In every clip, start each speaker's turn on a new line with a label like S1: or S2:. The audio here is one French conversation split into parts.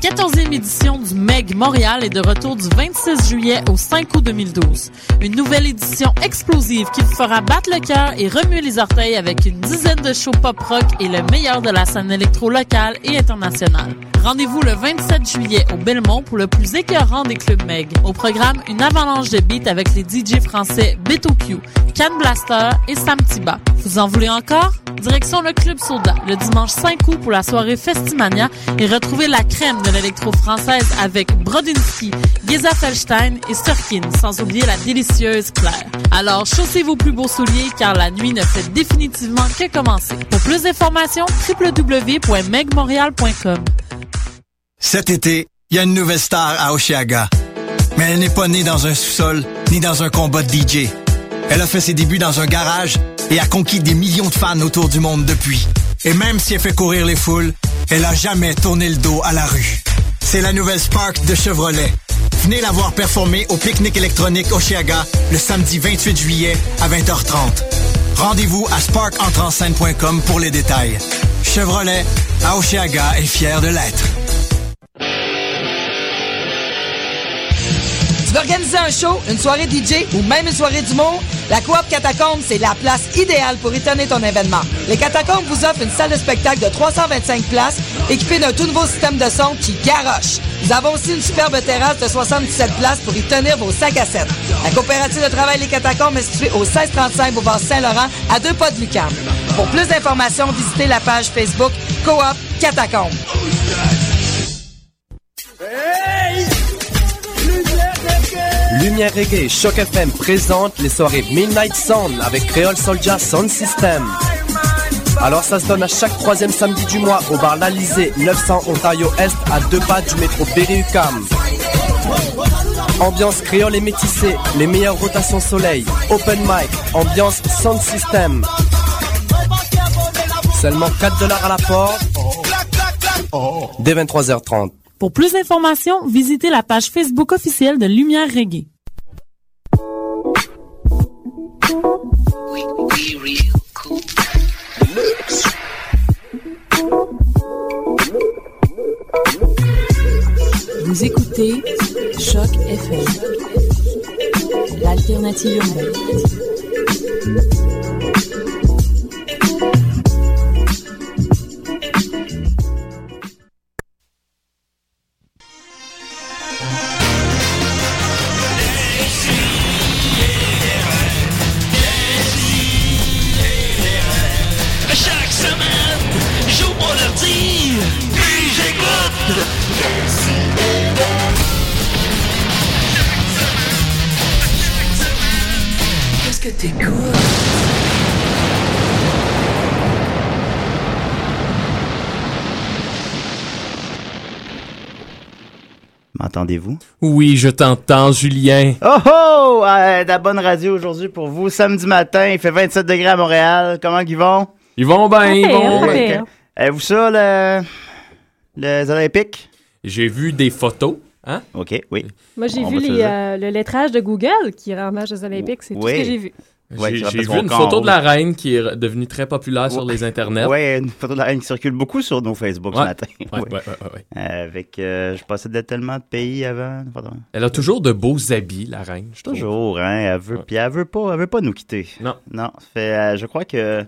S1: 14e édition du MEG Montréal est de retour du 26 juillet au 5 août 2012. Une nouvelle édition explosive qui vous fera battre le cœur et remuer les orteils avec une dizaine de shows pop-rock et le meilleur de la scène électro locale et internationale. Rendez-vous le 27 juillet au Belmont pour le plus écœurant des clubs MEG. Au programme, une avalanche de beats avec les DJ français Beto Q, Can Blaster et Sam Tiba. Vous en voulez encore? Direction le Club Soda, le dimanche 5 août pour la soirée Festimania et retrouvez la crème de l'électro-française avec Brodinski, Geza Felstein et Sturkin, sans oublier la délicieuse Claire. Alors, chaussez vos plus beaux souliers car la nuit ne fait définitivement que commencer. Pour plus d'informations, www.megmontréal.com.
S2: Cet été, il y a une nouvelle star à Oshiaga. Mais elle n'est pas née dans un sous-sol ni dans un combat de DJ. Elle a fait ses débuts dans un garage et a conquis des millions de fans autour du monde depuis. Et même si elle fait courir les foules, elle a jamais tourné le dos à la rue. C'est la nouvelle Spark de Chevrolet. Venez la voir performer au pique-nique électronique Oshiaga le samedi 28 juillet à 20h30. Rendez-vous à sparkentrenscène.com pour les détails. Chevrolet à Oshiaga est fier de l'être.
S3: Tu veux organiser un show, une soirée DJ ou même une soirée d'humour? La Coop Catacombe, c'est la place idéale pour étonner ton événement. Les Catacombes vous offrent une salle de spectacle de 325 places équipée d'un tout nouveau système de son qui garoche. Nous avons aussi une superbe terrasse de 77 places pour y tenir vos sacs à 7. La coopérative de travail Les Catacombes est située au 1635 Boulevard Saint-Laurent, à deux pas de Lucam. Pour plus d'informations, visitez la page Facebook Coop Catacombes.
S4: Lumière Reggae, Choc FM présente les soirées Midnight Sound avec Creole Soldier Sound System. Alors ça se donne à chaque troisième samedi du mois au bar L'Alizé, 900 Ontario Est, à deux pas du métro Berry-UQAM. Ambiance créole et métissée, les meilleures rotations soleil, open mic, ambiance sound system. Seulement 4 dollars à la porte, dès 23h30.
S1: Pour plus d'informations, visitez la page Facebook officielle de Lumière Reggae.
S5: Vous écoutez Choc FM, l'alternative urbaine.
S6: Chaque semaine, j'ouvre mon ordi, puis j'écoute. Qu'est-ce que t'écoutes?
S7: M'entendez-vous?
S8: Oui, je t'entends, Julien.
S7: Oh oh! Euh, de la bonne radio aujourd'hui pour vous. Samedi matin, il fait 27 degrés à Montréal. Comment qu'ils vont?
S8: Ils vont bien, ils vont bien.
S7: Avez-vous ça, le... les Olympiques?
S8: J'ai vu des photos. Hein?
S7: OK, oui.
S9: Moi,
S8: Ah,
S9: j'ai
S7: On
S8: bah,
S9: vu
S7: va se
S9: les,
S7: le dire.
S9: euh, le lettrage de Google qui rend hommage aux Olympiques. C'est tout ce
S7: Oui.
S9: que j'ai vu.
S7: Ouais, tu
S8: J'ai-
S7: rappelles
S8: J'ai
S7: son
S8: vu une
S7: camp
S8: photo
S7: rouge.
S8: de la reine qui est re- devenue très populaire Ah, sur les internets.
S7: Oui, une photo de la haine qui circule beaucoup sur nos Facebook ce
S8: Ouais.
S7: matin.
S8: Ouais,
S7: Oui.
S8: ouais, ouais, ouais.
S7: Euh, Avec, euh, je passais de tellement de pays avant. Pardon.
S8: Elle a toujours de beaux habits, la reine. Je trouve.
S7: Toujours, hein, elle veut,
S8: Ouais.
S7: puis elle veut pas, elle veut pas nous quitter.
S8: Non.
S7: Non, ça fait, euh, je crois que, là,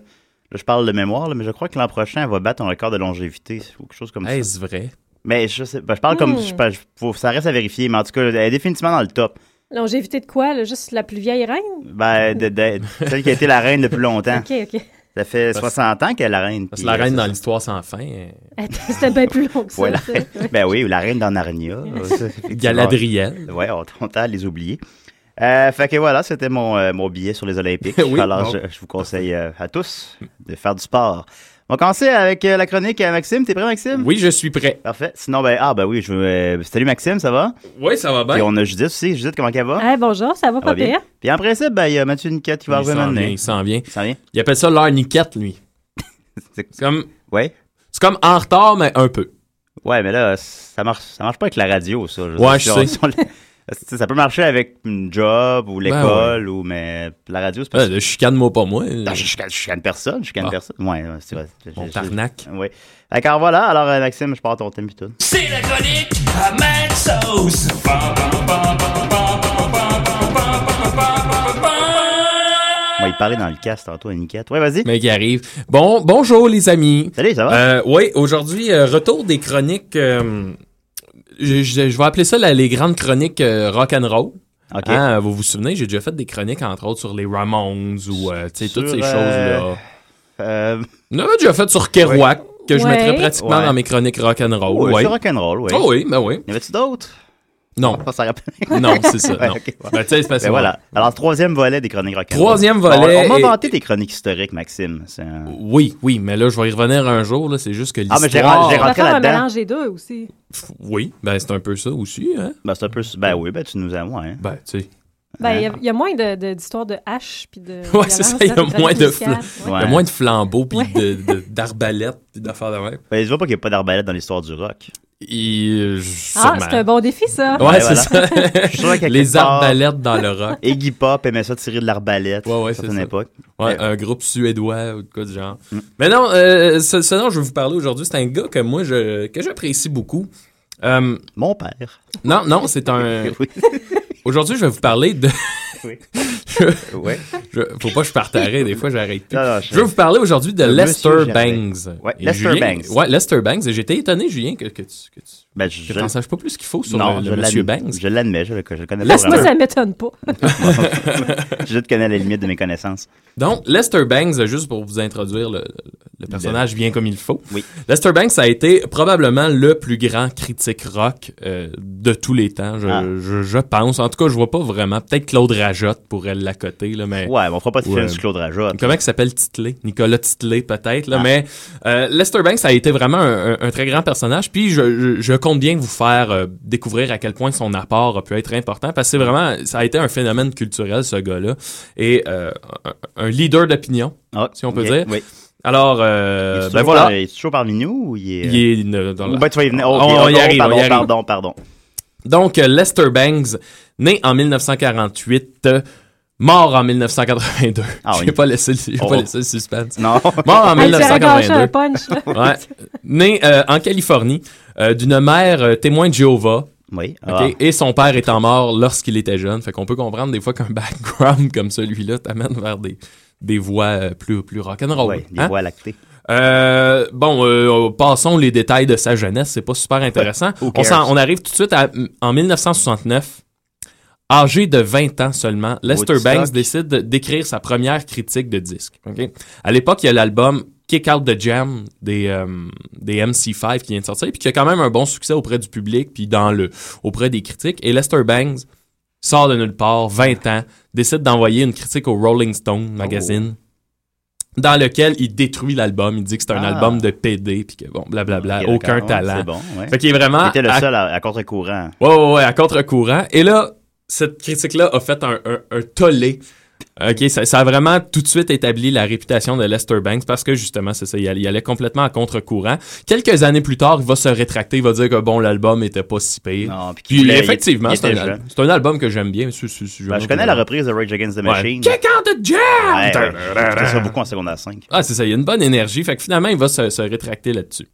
S7: je parle de mémoire, là, mais je crois que l'an prochain, elle va battre un record de longévité ou quelque chose comme ça.
S8: Est-ce vrai?
S7: Mais je sais, ben, je parle comme,
S9: Hmm.
S7: je, parle- faut- ça reste à vérifier, mais en tout cas, elle est définitivement dans le top.
S9: Longévité de quoi? là? Juste la plus vieille reine?
S7: Ben, de- de- celle qui a été la reine depuis
S8: Ah.
S7: longtemps.
S9: OK, OK.
S7: Ça fait
S8: Parce-
S7: 60 ans qu'elle est la reine.
S8: Parce
S7: puis,
S8: que la
S7: euh,
S8: reine dans
S7: c'est-
S8: l'histoire sans fin, euh,
S9: C'était bien plus long que ça.
S7: Ouais, la
S9: ça.
S7: reine- ben oui, ou la reine dans Narnia. euh, ça, effectivement.
S8: Galadriel.
S7: Ouais, on, on tend à les oublier. Euh, fait que voilà, c'était mon, euh, mon billet sur les Olympiques.
S8: Oui,
S7: Alors,
S8: bon.
S7: je, je vous conseille euh, à tous de faire du sport. On va commencer avec euh, la chronique à Maxime. T'es prêt, Maxime?
S8: Oui, je suis prêt.
S7: Parfait. Sinon, ben, ah, ben oui, je veux. euh, salut, Maxime, ça va?
S8: Oui, ça va
S7: Puis
S8: bien.
S7: on a Judith aussi. Judith, comment elle va?
S9: Hey, Eh, bonjour, ça
S7: Ça
S9: va
S7: va
S9: pas
S7: bien?
S9: pire?
S7: Puis en principe, ben, il y a Mathieu Niquette qui va
S8: Il
S7: revenir
S8: s'en
S7: maintenant.
S8: vient, il s'en vient.
S7: Ça vient?
S8: Il appelle ça l'heure niquette, lui.
S7: C'est-
S8: C'est comme,
S7: Ouais.
S8: c'est comme en retard, Ah, mais un peu.
S7: Ouais, mais là, ça marche, ça marche pas avec la radio, ça. Je
S8: Ouais,
S7: si
S8: je
S7: on-
S8: sais. Ben
S7: si on- Parce que, tu sais, Ça peut marcher avec une job ou l'école, ou mais la radio, c'est pas
S8: Ouais, chicane-moi pas Euh, moi.
S7: Non, je, je, je chicane personne, je chicane
S8: Ah.
S7: personne. Ouais, ouais, c'est vrai. Je-
S8: Mon
S7: je-
S8: tarnac.
S7: Oui. D'accord, voilà. Alors, euh, Maxime, je pars ton thème pis tout.
S6: C'est la chronique à Mad Sauce.
S7: On va y parler dans le cast tantôt, à Niquette. Ouais, vas-y.
S8: Mais qui arrive. Bon, bonjour les amis.
S7: Salut, ça va?
S8: Euh, oui, aujourd'hui, euh, retour des chroniques. euh, je, je- je vais appeler ça la- les grandes chroniques euh, rock and roll. Hein,
S7: OK.
S8: vous vous souvenez, j'ai déjà fait des chroniques entre autres sur les Ramones ou euh, tu sais, toutes
S7: Sur,
S8: ces
S7: euh,
S8: choses là.
S7: Euh,
S8: On avait déjà fait sur Kerouac que je
S9: Ouais.
S8: mettrais pratiquement
S7: Ouais.
S8: dans mes chroniques rock and roll.
S7: oui,
S8: Ouais.
S7: sur rock'n'roll, oui.
S8: Ah oui, ben oui.
S7: Y en avait-tu d'autres?
S8: Non,
S7: Pas ça rappelle.
S8: non, c'est ça.
S7: Ouais,
S8: non.
S7: ok, ouais.
S8: Ben, tu sais, c'est parce
S7: Ben
S8: que-
S7: voilà. Alors, troisième volet des chroniques rock'n'roll.
S8: Troisième
S7: Bon,
S8: volet
S7: On, on m'a
S8: et-
S7: vanté tes chroniques historiques, Maxime. C'est un-
S8: Oui, oui, mais là, je vais y revenir un jour. là, C'est juste que
S7: Ah,
S8: l'histoire...
S7: mais j'ai ra- j'ai
S9: On va
S7: rentré
S9: faire un
S7: là-dedans.
S9: mélange des deux aussi.
S8: Pff, Oui, ben c'est un peu ça aussi. Hein?
S7: Ben, c'est un peu. Ben oui, ben tu nous as moins. Hein.
S8: Ben, tu sais, Hein?
S9: Ben, il y a- il y, a moins de- de- d'histoires de, haches puis de.
S8: Ouais, c'est ça, il y a moins de
S9: fleurs.
S8: il y a
S7: Ouais.
S8: moins de flambeaux, puis
S9: Ouais.
S8: de- de- d'arbalètes, puis d'affaires de même.
S7: Ben, je vois pas qu'il y a pas d'arbalète dans l'histoire du rock.
S8: Et, euh,
S9: Ah,
S8: sûrement.
S9: c'est un bon défi, ça.
S8: Ouais,
S7: Ouais,
S8: c'est
S7: Je suis sûr
S8: ça.
S7: qu'à
S8: Les
S7: quelque part-
S8: arbalètes dans le rock.
S7: Iggy Pop aimait ça tirer de l'arbalète
S8: Ouais, ouais,
S7: à
S8: c'est
S7: certaines
S8: ça.
S7: époques.
S8: Ouais,
S7: Euh,
S8: un groupe suédois ou de quoi du genre.
S7: Mm.
S8: Mais non, euh, ce, ce dont je vais vous parler aujourd'hui, c'est un gars que moi, je, que j'apprécie beaucoup. Euh,
S7: Mon père.
S8: non, non, c'est un...
S7: Oui.
S8: Aujourd'hui, je vais vous parler de...
S7: Oui.
S8: Je-
S7: Ouais.
S8: Je- faut pas que je parte arrêt, des fois j'arrête plus.
S7: Non, non, je-
S8: je... veux vous parler aujourd'hui de
S7: Le
S8: Lester
S7: Monsieur Jardin.
S8: Bangs.
S7: Ouais,
S8: Et
S7: Lester
S8: Julien-
S7: Bangs.
S8: Ouais, Lester Bangs. Et J'étais étonné, Julien, que, que tu, que tu
S7: Ben, je,
S8: que
S7: je-
S8: t'en saches pas plus qu'il faut sur
S7: non,
S8: le,
S7: je
S8: le Monsieur
S7: l'admets-
S8: Bangs.
S7: Je l'admets, je, le- je le connais pas
S8: Laisse-moi
S9: Moi,
S7: vraiment.
S9: ça m'étonne pas.
S7: Je te connais à la limite de mes connaissances.
S8: Donc, Lester Bangs, juste pour vous introduire le, le personnage bien comme il faut.
S7: Oui.
S8: Lester Bangs a été probablement le plus grand critique rock euh, de tous les temps, je,
S7: Ah.
S8: je, je pense. En tout cas, je vois pas vraiment. Peut-être Claude Rajotte pourrait l'accoter, là, mais...
S7: Ouais, mais on fera pas de
S8: Ouais.
S7: film sur Claude Rajot.
S8: Comment il s'appelle Titlé? Nicolas Titlé, peut-être. là,
S7: Ah.
S8: Mais euh, Lester Banks a été vraiment un, un- un très grand personnage. Puis je, je- je compte bien vous faire euh, découvrir à quel point son apport a pu être important. Parce que c'est vraiment, ça a été un phénomène culturel, ce gars-là. Et euh, un, un leader d'opinion.
S7: Ah,
S8: si on peut
S7: ok,
S8: dire.
S7: Oui.
S8: Alors,
S7: Il
S8: euh,
S7: est
S8: ben
S7: toujours
S8: voilà.
S7: par- Il est toujours parmi nous ou il est.
S8: Il est une- dans
S7: Ou
S8: la-
S7: ben, tu vas y venir. Oh, ok,
S8: On- on y
S7: pardon,
S8: arrive, on y
S7: pardon,
S8: arrive.
S7: pardon, pardon.
S8: Donc, euh, Lester Bangs, né en 1948, euh, mort en 1982.
S7: Ah oui.
S8: J'ai pas laissé le, j'ai
S7: Oh.
S8: pas laissé le suspense.
S7: Non.
S8: Mort en
S9: Hey, tu aurais gâché
S8: 1982.
S9: un punch, là.
S8: Ouais. Né euh, en Californie euh, d'une mère euh, témoin de Jéhovah.
S7: oui.
S8: ok,
S7: ah.
S8: Et son père étant mort lorsqu'il était jeune. Fait qu'on peut comprendre des fois qu'un background comme celui-là t'amène vers des, des voies euh, plus, plus rock'n'roll.
S7: Ouais, des
S8: hein?
S7: voies lactées.
S8: Euh, bon, euh, passons les détails de sa jeunesse. C'est pas super intéressant.
S7: Who
S8: on,
S7: cares?
S8: s'en- on arrive tout de suite à, en 1969. Âgé de 20 ans seulement, Lester
S7: Woodstock.
S8: Banks décide de- d'écrire sa première critique de disque. ok? À l'époque, il y a l'album Kick Out the Jam des, euh, des MC5 qui vient de sortir, puis qui a quand même un bon succès auprès du public, puis dans le, auprès des critiques. Et Lester Bangs sort de nulle part, 20 ans, décide d'envoyer une critique au Rolling Stone magazine, dans lequel il détruit l'album. Il dit que c'est un
S7: Oh, Ah.
S8: album de PD, puis que bon, blablabla,
S7: Ok,
S8: Ah, aucun
S7: d'accord, ouais,
S8: talent.
S7: C'est bon, ouais.
S8: Fait qu'il est
S7: Il
S8: vraiment
S7: était le
S8: à
S7: seul à, à contre-courant.
S8: Ouais, ouais, ouais, à contre-courant. Et là, cette critique-là a fait un, un, un tollé. OK, ça, ça a vraiment tout de suite établi la réputation de Lester Banks parce que justement, c'est ça, il allait, il allait complètement à contre-courant. Quelques années plus tard, il va se rétracter, il va dire que bon, l'album était pas si pire.
S7: Non, puis
S8: Puis
S7: qu'il-
S8: effectivement,
S7: il
S8: c'est un,
S7: était
S8: al-
S7: jeune.
S8: c'est un album que j'aime bien. Si- si- si-
S7: Ben, je connais la reprise de Rage Against the
S8: Ouais.
S7: Machine.
S8: Kick out the jam!
S7: Ouais, ouais. Je fais Ah, ça beaucoup en secondaire 5.
S8: Ah, c'est ça, il y a une bonne énergie. Fait que finalement, il va se, se rétracter là-dessus.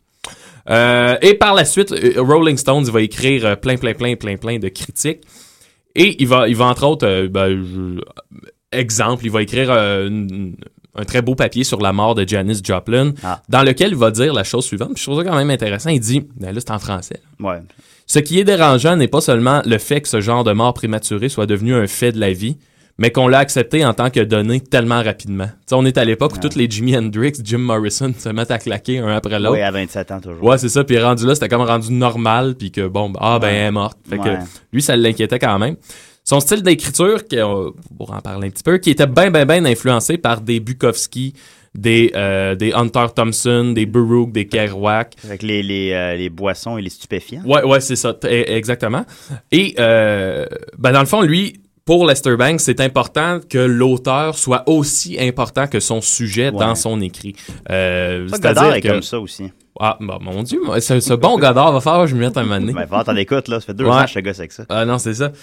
S8: Euh, et par la suite, euh, Rolling Stones, il va écrire euh, plein, plein, plein, plein, plein de critiques. Et il va, il va entre autres, euh, ben, je- exemple, il va écrire euh, une- un très beau papier sur la mort de Janis Joplin,
S7: Ah.
S8: dans lequel il va dire la chose suivante. Puis je trouve ça quand même intéressant. Il dit, ben là, c'est en français.
S7: Ouais.
S8: Ce qui est dérangeant n'est pas seulement le fait que ce genre de mort prématurée soit devenu un fait de la vie, mais qu'on l'a accepté en tant que donné tellement rapidement. Tu sais, on est à l'époque où tous les Jimi Hendrix, Jim Morrison se mettent à claquer un après l'autre.
S7: Oui, à 27 ans toujours.
S8: Ouais, c'est ça. Puis rendu là, c'était comme rendu normal, puis que bon, ben, ah ben, elle est morte. Fait que
S7: Ouais.
S8: lui, ça l'inquiétait quand même. Son style d'écriture, qui, euh, pour en parler un petit peu, qui était bien, bien, bien influencé par des Bukowski, des, euh, des Hunter Thompson, des Baruch, des Kerouac.
S7: Avec les, les, euh, les boissons et les stupéfiants.
S8: Ouais, ouais, c'est ça, t- e- exactement. Et euh, ben dans le fond, lui, pour Lester Banks, c'est important que l'auteur soit aussi important que son sujet
S7: Ouais.
S8: dans son écrit. Euh,
S7: Ça, Godard
S8: C'est-à-dire
S7: est
S8: que
S7: comme ça aussi.
S8: Ah, bah, mon Dieu, moi, ce, ce bon Godard va faire, je vais me mettre un mané.
S7: Mais faut Ben, t'en écoute, là. Ça fait deux
S8: Ouais.
S7: ans que je te gosse avec ça.
S8: Ah non, c'est ça.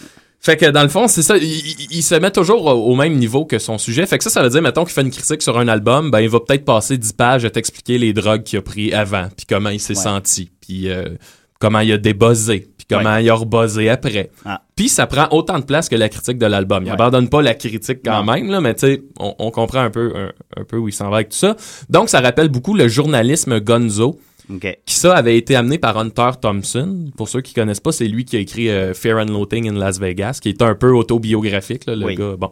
S8: Fait que dans le fond, c'est ça, il, il- il se met toujours au au même niveau que son sujet. Fait que ça, ça veut dire, mettons qu'il fait une critique sur un album, ben il va peut-être passer 10 pages à t'expliquer les drogues qu'il a pris avant, puis comment il s'est
S7: Ouais.
S8: senti, puis euh, comment il a débuzzé, puis comment il a rebuzzé après.
S7: Ah.
S8: Puis ça prend autant de place que la critique de l'album. Il
S7: Ouais.
S8: abandonne pas la critique quand
S7: Non.
S8: même, là, mais tu sais, on, on comprend un peu, un, un peu où il s'en va avec tout ça. Donc ça rappelle beaucoup le journalisme gonzo
S7: OK.
S8: qui ça avait été amené par Hunter Thompson. Pour ceux qui connaissent pas, c'est lui qui a écrit euh, Fear and Loathing in Las Vegas, qui est un peu autobiographique, là, le
S7: Oui.
S8: gars. Bon.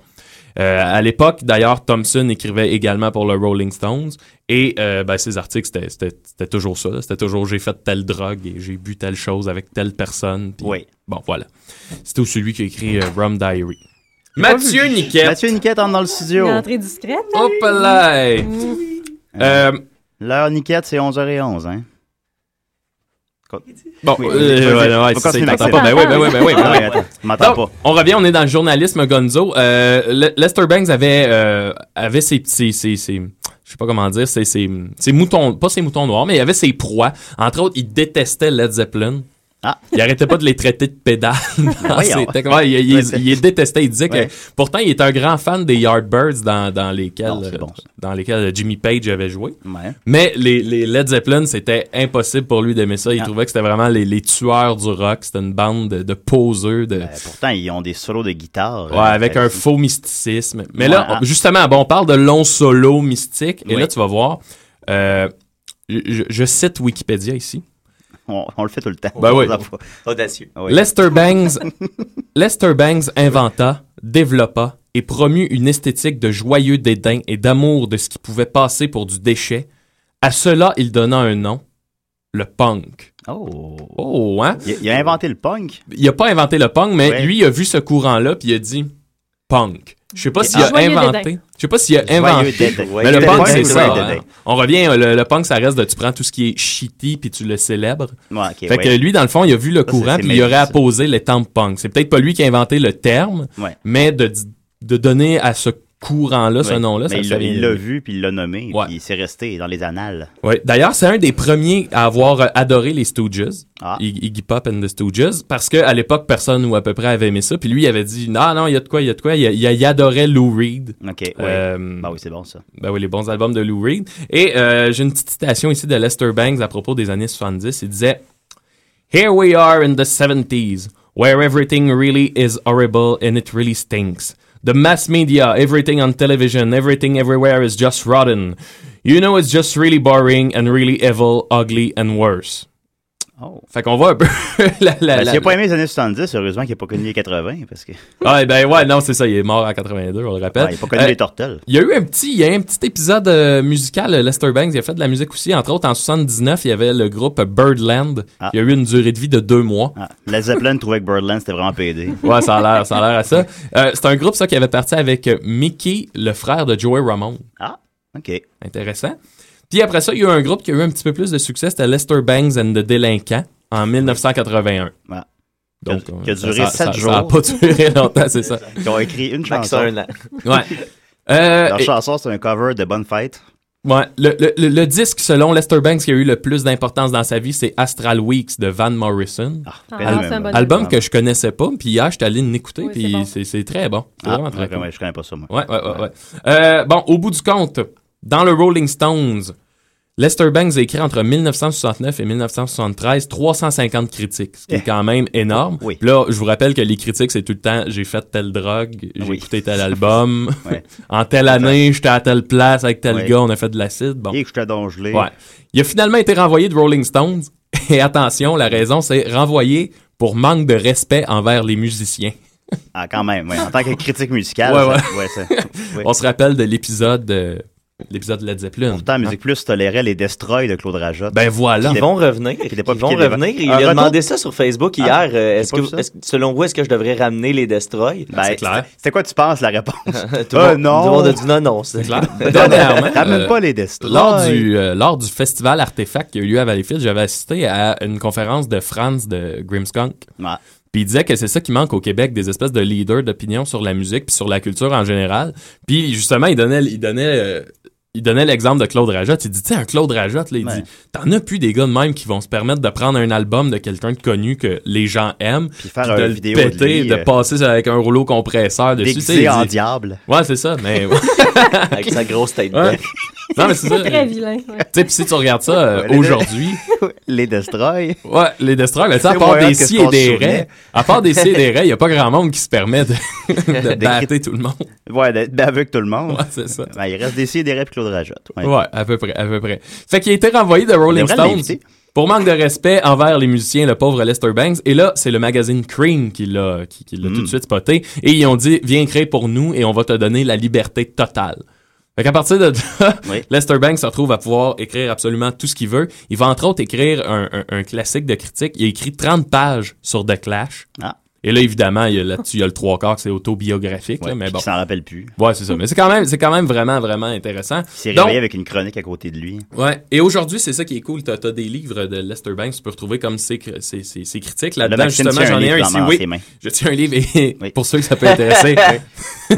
S8: Euh, à l'époque, d'ailleurs, Thompson écrivait également pour le Rolling Stones et euh, ben, ses articles, c'était- c'était c'était toujours ça. là. C'était toujours j'ai fait telle drogue et j'ai bu telle chose avec telle personne. puis
S7: Oui.
S8: Bon, voilà. C'était aussi lui qui a écrit euh, Rum Diary. Mathieu Niquet.
S7: Mathieu Niquette entre dans le studio. Mmh.
S9: Une entrée discrète. là.
S8: Hop là! hey. Euh,
S7: L'heure Niquette, c'est 11h11, hein?
S8: bon,
S7: Oui,
S8: euh,
S7: oui, vas-y.
S8: ouais, ouais,
S7: On
S8: si ça, il
S7: continue,
S8: t'entend
S7: Maxime.
S8: pas. Ben oui, ben oui, ben oui, ben
S7: Ah
S8: oui.
S7: ouais, attends, je m'entends
S8: Donc,
S7: pas.
S8: on revient, on est dans le journalisme gonzo. Euh, Le- Lester Bangs avait, euh, avait ses petits, ses, ses- je sais pas comment dire, ses, ses, ses moutons, pas ses moutons noirs, mais il avait ses proies. Entre autres, il détestait Led Zeppelin.
S7: Ah.
S8: Il arrêtait pas de les traiter de pédales. dans
S7: voyons.
S8: ses textes. Ouais, il, il-
S7: Ouais, c'est-
S8: il les détestait. Il disait
S7: Ouais.
S8: que, pourtant, il était un grand fan des Yardbirds dans, dans lesquels,
S7: Non, c'est
S8: euh,
S7: bon, ça.
S8: dans lesquels Jimmy Page avait joué.
S7: Ouais.
S8: Mais les, les Led Zeppelin, c'était impossible pour lui d'aimer ça. Il
S7: Ah.
S8: trouvait que c'était vraiment les, les tueurs du rock. C'était une bande de, de poseux, de,
S7: Ben, pourtant, ils ont des solos de guitare.
S8: Ouais,
S7: euh,
S8: avec
S7: fait-
S8: un faux mysticisme. Mais
S7: Ouais,
S8: là,
S7: ah.
S8: on- justement, bon, on parle de long solo mystique. Et
S7: Oui.
S8: là, tu vas voir. euh, je, je cite Wikipédia ici.
S7: On, on le fait tout le temps.
S8: Ben oui.
S10: Audacieux.
S7: Oui.
S8: Lester Bangs, Lester Bangs inventa, développa et promut une esthétique de joyeux dédain et d'amour de ce qui pouvait passer pour du déchet. À cela, il donna un nom, le punk.
S7: Oh.
S8: Oh, hein?
S7: Il, il a inventé le punk.
S8: Il a pas inventé le punk, mais
S7: Ouais.
S8: lui, il a vu ce courant-là puis il a dit punk. Je sais pas s'il a
S9: Joyeux
S8: inventé.
S9: dédain.
S8: Je sais pas s'il a inventé. Mais le
S10: C'était
S8: punk,
S10: pas
S8: c'est
S10: une
S8: ça.
S10: vraie
S8: hein. On revient, euh, le, le punk, ça reste de tu prends tout ce qui est shitty puis tu le célèbres. fait que lui, dans le fond, il a vu le
S7: c'est-
S8: courant
S7: c'est
S8: puis il aurait
S7: magique, ça.
S8: apposé les temps punk. C'est peut-être pas lui qui a inventé le terme,
S7: Ouais.
S8: mais de, de donner à ce courant-là, ce nom-là, ça
S7: il
S8: ça
S7: l'a-
S8: vient-
S7: il l'a vu, puis il l'a nommé,
S8: Ouais.
S7: puis il s'est resté dans les annales.
S8: Ouais. D'ailleurs, c'est un des premiers à avoir euh, adoré les Stooges,
S7: Ah.
S8: Ig- Iggy Pop and the Stooges, parce que à l'époque, personne ou à peu près avait aimé ça. Puis lui, il avait dit, non, non, il y a de quoi, il y a de quoi. Il, il- il adorait Lou Reed.
S7: OK, oui.
S8: Euh,
S7: Ben oui, c'est bon, ça.
S8: Ben oui, les bons albums de Lou Reed. Et euh, j'ai une petite citation ici de Lester Bangs à propos des années 70. Il disait Here we are in the 70s, where everything really is horrible and it really stinks. The mass media, everything on television, everything everywhere is just rotten. You know, it's just really boring and really evil, ugly and worse.
S7: Oh.
S8: Fait qu'on voit un peu la. la,
S7: Ben,
S8: la-
S7: S'il n'a pas aimé les années 70, heureusement qu'il n'a pas connu les 80, parce que
S8: Ouais, ben ouais, non, c'est ça, il est mort en 82, on le rappelle.
S7: Ouais, il n'a pas connu
S8: Euh,
S7: les tortelles.
S8: Il y a eu un petit, il y a eu un petit épisode euh, musical, euh, Lester Bangs, il a fait de la musique aussi. Entre autres, en 79, il y avait le groupe Birdland.
S7: Ah.
S8: Il y a eu une durée de vie de deux mois.
S7: Ah, la Zeppelin trouvait que Birdland, c'était vraiment pédé.
S8: Ouais, ça a l'air, ça a l'air à ça. Euh, c'est un groupe, ça, qui avait parti avec euh, Mickey, le frère de Joey Ramone.
S7: Ah, OK.
S8: Intéressant. Puis après ça, il y a eu un groupe qui a eu un petit peu plus de succès, c'était Lester Bangs and the Délinquants en 1981.
S7: Ah.
S8: Donc,
S7: Qui a-
S8: euh,
S7: qui a duré
S8: ça-
S7: sept
S8: ça-
S7: jours.
S8: Ça a pas duré longtemps, c'est ça.
S7: Ils ont écrit une
S10: Max
S7: chanson.
S10: a un an.
S8: Ouais. Euh,
S7: Leur
S8: et-
S7: chanson, c'est un cover de Bonne Fête.
S8: Ouais, le, le- le- le disque, selon Lester Banks, qui a eu le plus d'importance dans sa vie, c'est Astral Weeks de Van Morrison.
S7: Ah,
S9: Ah,
S7: ben,
S9: non,
S7: même.
S9: c'est un bon
S8: Album que je connaissais pas, puis hier, j'étais allé l'écouter,
S9: Oui, c'est
S8: puis
S9: bon.
S8: c'est c'est très bon. C'est
S7: Ah,
S8: vraiment très
S7: ouais,
S8: cool.
S7: ouais, je connais pas ça, moi.
S8: Ouais, ouais, ouais. ouais. Euh, bon, au bout du compte, dans le Rolling Stones, Lester Banks a écrit entre 1969 et 1973 350 critiques, ce qui est quand même énorme.
S7: Eh. Oui.
S8: Puis Là, je vous rappelle que les critiques, c'est tout le temps j'ai fait telle drogue, j'ai
S7: Oui.
S8: écouté tel album,
S7: Ouais.
S8: en telle année, j'étais à telle place avec tel
S7: Ouais.
S8: gars, on a fait de l'acide. Bon.
S7: Et que je t'ai donc gelé.
S8: Ouais. Il a finalement été renvoyé de Rolling Stones. Et attention, la raison, c'est renvoyé pour manque de respect envers les musiciens.
S7: Ah, quand même, ouais. En tant que critique musicale.
S8: Ouais,
S7: ça- ouais, ça- oui.
S8: On se rappelle de l'épisode de l'épisode de Led Zeppelin. Hein?
S7: Pourtant, Musique Plus tolérait les Destroy de Claude Rajotte.
S8: Ben voilà.
S10: Ils vont revenir.
S7: était pas
S10: Ils vont
S7: piqué devant.
S10: revenir. Il
S7: Un
S10: a
S7: retour-
S10: demandé ça sur Facebook
S7: Ah,
S10: hier. euh, Est-ce
S7: j'ai pas vu
S10: que,
S7: ça.
S10: est-ce que- selon vous, est-ce que je devrais ramener les destroys?
S7: Ben,
S8: c'est clair.
S7: c'est- C'était quoi, tu penses, la réponse?
S10: Tout
S7: Euh,
S10: le monde-
S7: non.
S10: tout le monde a dit non, non. c'est-
S8: Claire. Dernièrement,
S7: Ramène
S8: euh,
S7: pas les Destroy.
S8: lors du, euh, lors du festival Artefact qui a eu lieu à Valleyfield, j'avais assisté à une conférence de Franz de Grimskunk.
S7: Ouais.
S8: Puis il disait que c'est ça qui manque au Québec, des espèces de leaders d'opinion sur la musique puis sur la culture en général. Puis justement, il donnait, il donnait euh, il donnait l'exemple de Claude Rajotte. Il dit, tu sais, un Claude Rajotte, là, il dit, t'en as plus des gars de même qui vont se permettre de prendre un album de quelqu'un de connu que les gens aiment, puis
S7: faire
S8: de
S7: un
S8: le
S7: vidéo de
S8: péter,
S7: lui,
S8: de
S7: euh,
S8: passer ça avec un rouleau compresseur dessus. tu sais,
S7: Déguisé
S8: il
S7: en
S8: dit-
S7: diable.
S8: Ouais, c'est ça, mais...
S10: Avec sa grosse tête
S8: Ouais.
S10: bête.
S8: Non, mais c'est ça.
S9: très vilain.
S8: Tu sais, puis si tu regardes ça euh,
S7: Ouais, les-
S8: aujourd'hui...
S7: Les Destroy.
S8: Ouais, les destroyers, Ah, mais tu sais, à
S7: C'est
S8: part
S7: moyen
S8: des
S7: que
S8: si
S7: ce
S8: et
S7: qu'on
S8: des
S7: se souvenait.
S8: raies, à part des si et des raies, il n'y a pas grand monde qui se permet de, de battre tout le monde.
S7: Ouais, de- d'aveugle tout le monde.
S8: Ouais, c'est ça.
S7: Ben, il reste des et des rêves Claude Rajotte. Ouais.
S8: Ouais, à peu près, à peu près. Fait qu'il a été renvoyé de Rolling
S7: devrait
S8: Stones
S7: l'inviter.
S8: pour manque de respect envers les musiciens, le pauvre Lester Bangs. Et là, c'est le magazine Cream qui l'a qui, qui l'a
S7: Mm.
S8: tout de suite spoté. Et ils ont dit, viens créer pour nous et on va te donner la liberté totale. Fait qu'à partir de là,
S7: Oui.
S8: Lester Bangs se retrouve à pouvoir écrire absolument tout ce qu'il veut. Il va entre autres écrire un, un- un classique de critique. Il a écrit 30 pages sur The Clash.
S7: Ah.
S8: Et là, évidemment, il y a là-dessus, il y a le trois quarts, que c'est autobiographique, là,
S7: Ouais,
S8: mais
S7: puis
S8: bon.
S7: Il s'en rappelle plus.
S8: Ouais, c'est ça. Mais c'est quand même, c'est quand même vraiment, vraiment intéressant.
S7: Il s'est
S8: Donc-
S7: réveillé avec une chronique à côté de lui.
S8: Ouais. Et aujourd'hui, c'est ça qui est cool. T'as as des livres de Lester Banks. Tu peux retrouver comme ses, cr- ses- ses- ses critiques là-dedans.
S7: Maxime
S8: Justement,
S7: tient un
S8: j'en ai un
S7: livre
S8: ici.
S7: dans- dans
S8: Oui.
S7: ses mains.
S8: Je tiens un livre et
S7: Oui.
S8: pour ceux que ça peut intéresser.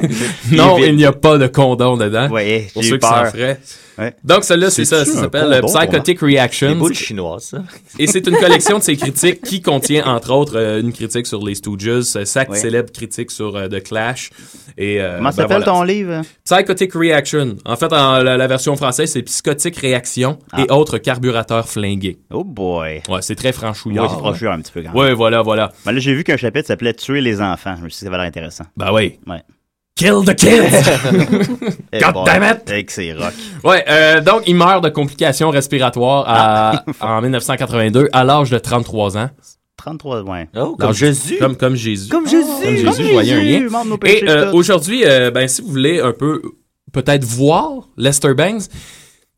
S8: non,
S7: vite.
S8: il n'y a pas de condom dedans.
S7: Ouais,
S8: Hein? Pour
S7: j'ai
S8: ceux
S7: eu
S8: qui s'en
S7: peur.
S8: feraient.
S7: Ouais.
S8: Donc, celle-là, c'est ça.
S7: C'est-tu
S8: Ça
S7: un
S8: s'appelle euh,
S7: condom,
S8: Psychotic
S10: Des
S8: Reactions.
S10: boules chinoises, ça.
S8: Et c'est une collection de ses critiques qui contient, entre autres, euh, une critique sur les Stooges, euh, sa
S7: Ouais.
S8: célèbre critique sur euh, The Clash. Et, euh,
S7: Comment
S8: ben
S7: s'appelle
S8: voilà.
S7: ton livre?
S8: Psychotic Reaction. En fait, en- la, la version française, c'est Psychotique Réaction et autres carburateurs flingués.
S7: Ah. Oh boy.
S8: Ouais, c'est très
S7: Ouais, c'est
S8: franchouillard.
S7: franchir un petit peu quand même.
S8: Ouais, voilà, voilà.
S7: Ben là, j'ai vu qu'un chapitre s'appelait Tuer les enfants. Je me suis dit que ça va l'air intéressant.
S8: Bah ouais.
S7: Ouais.
S8: Kill the kids!
S7: Eh,
S8: God damn it!
S7: Avec ses rocs.
S8: ouais, euh, donc il meurt de complications respiratoires à-
S7: Ah.
S8: en 1982 à l'âge de 33 ans.
S7: 33, ouais.
S10: Oh,
S8: L'âge-
S10: comme Jésus.
S8: Comme, comme Jésus. Oh,
S10: Comme Jésus.
S8: Comme Jésus, je voyais un lien.
S7: membre de nos péchés,
S8: Et euh,
S7: tout.
S8: aujourd'hui, euh, ben, si vous voulez un peu peut-être voir Lester Bangs,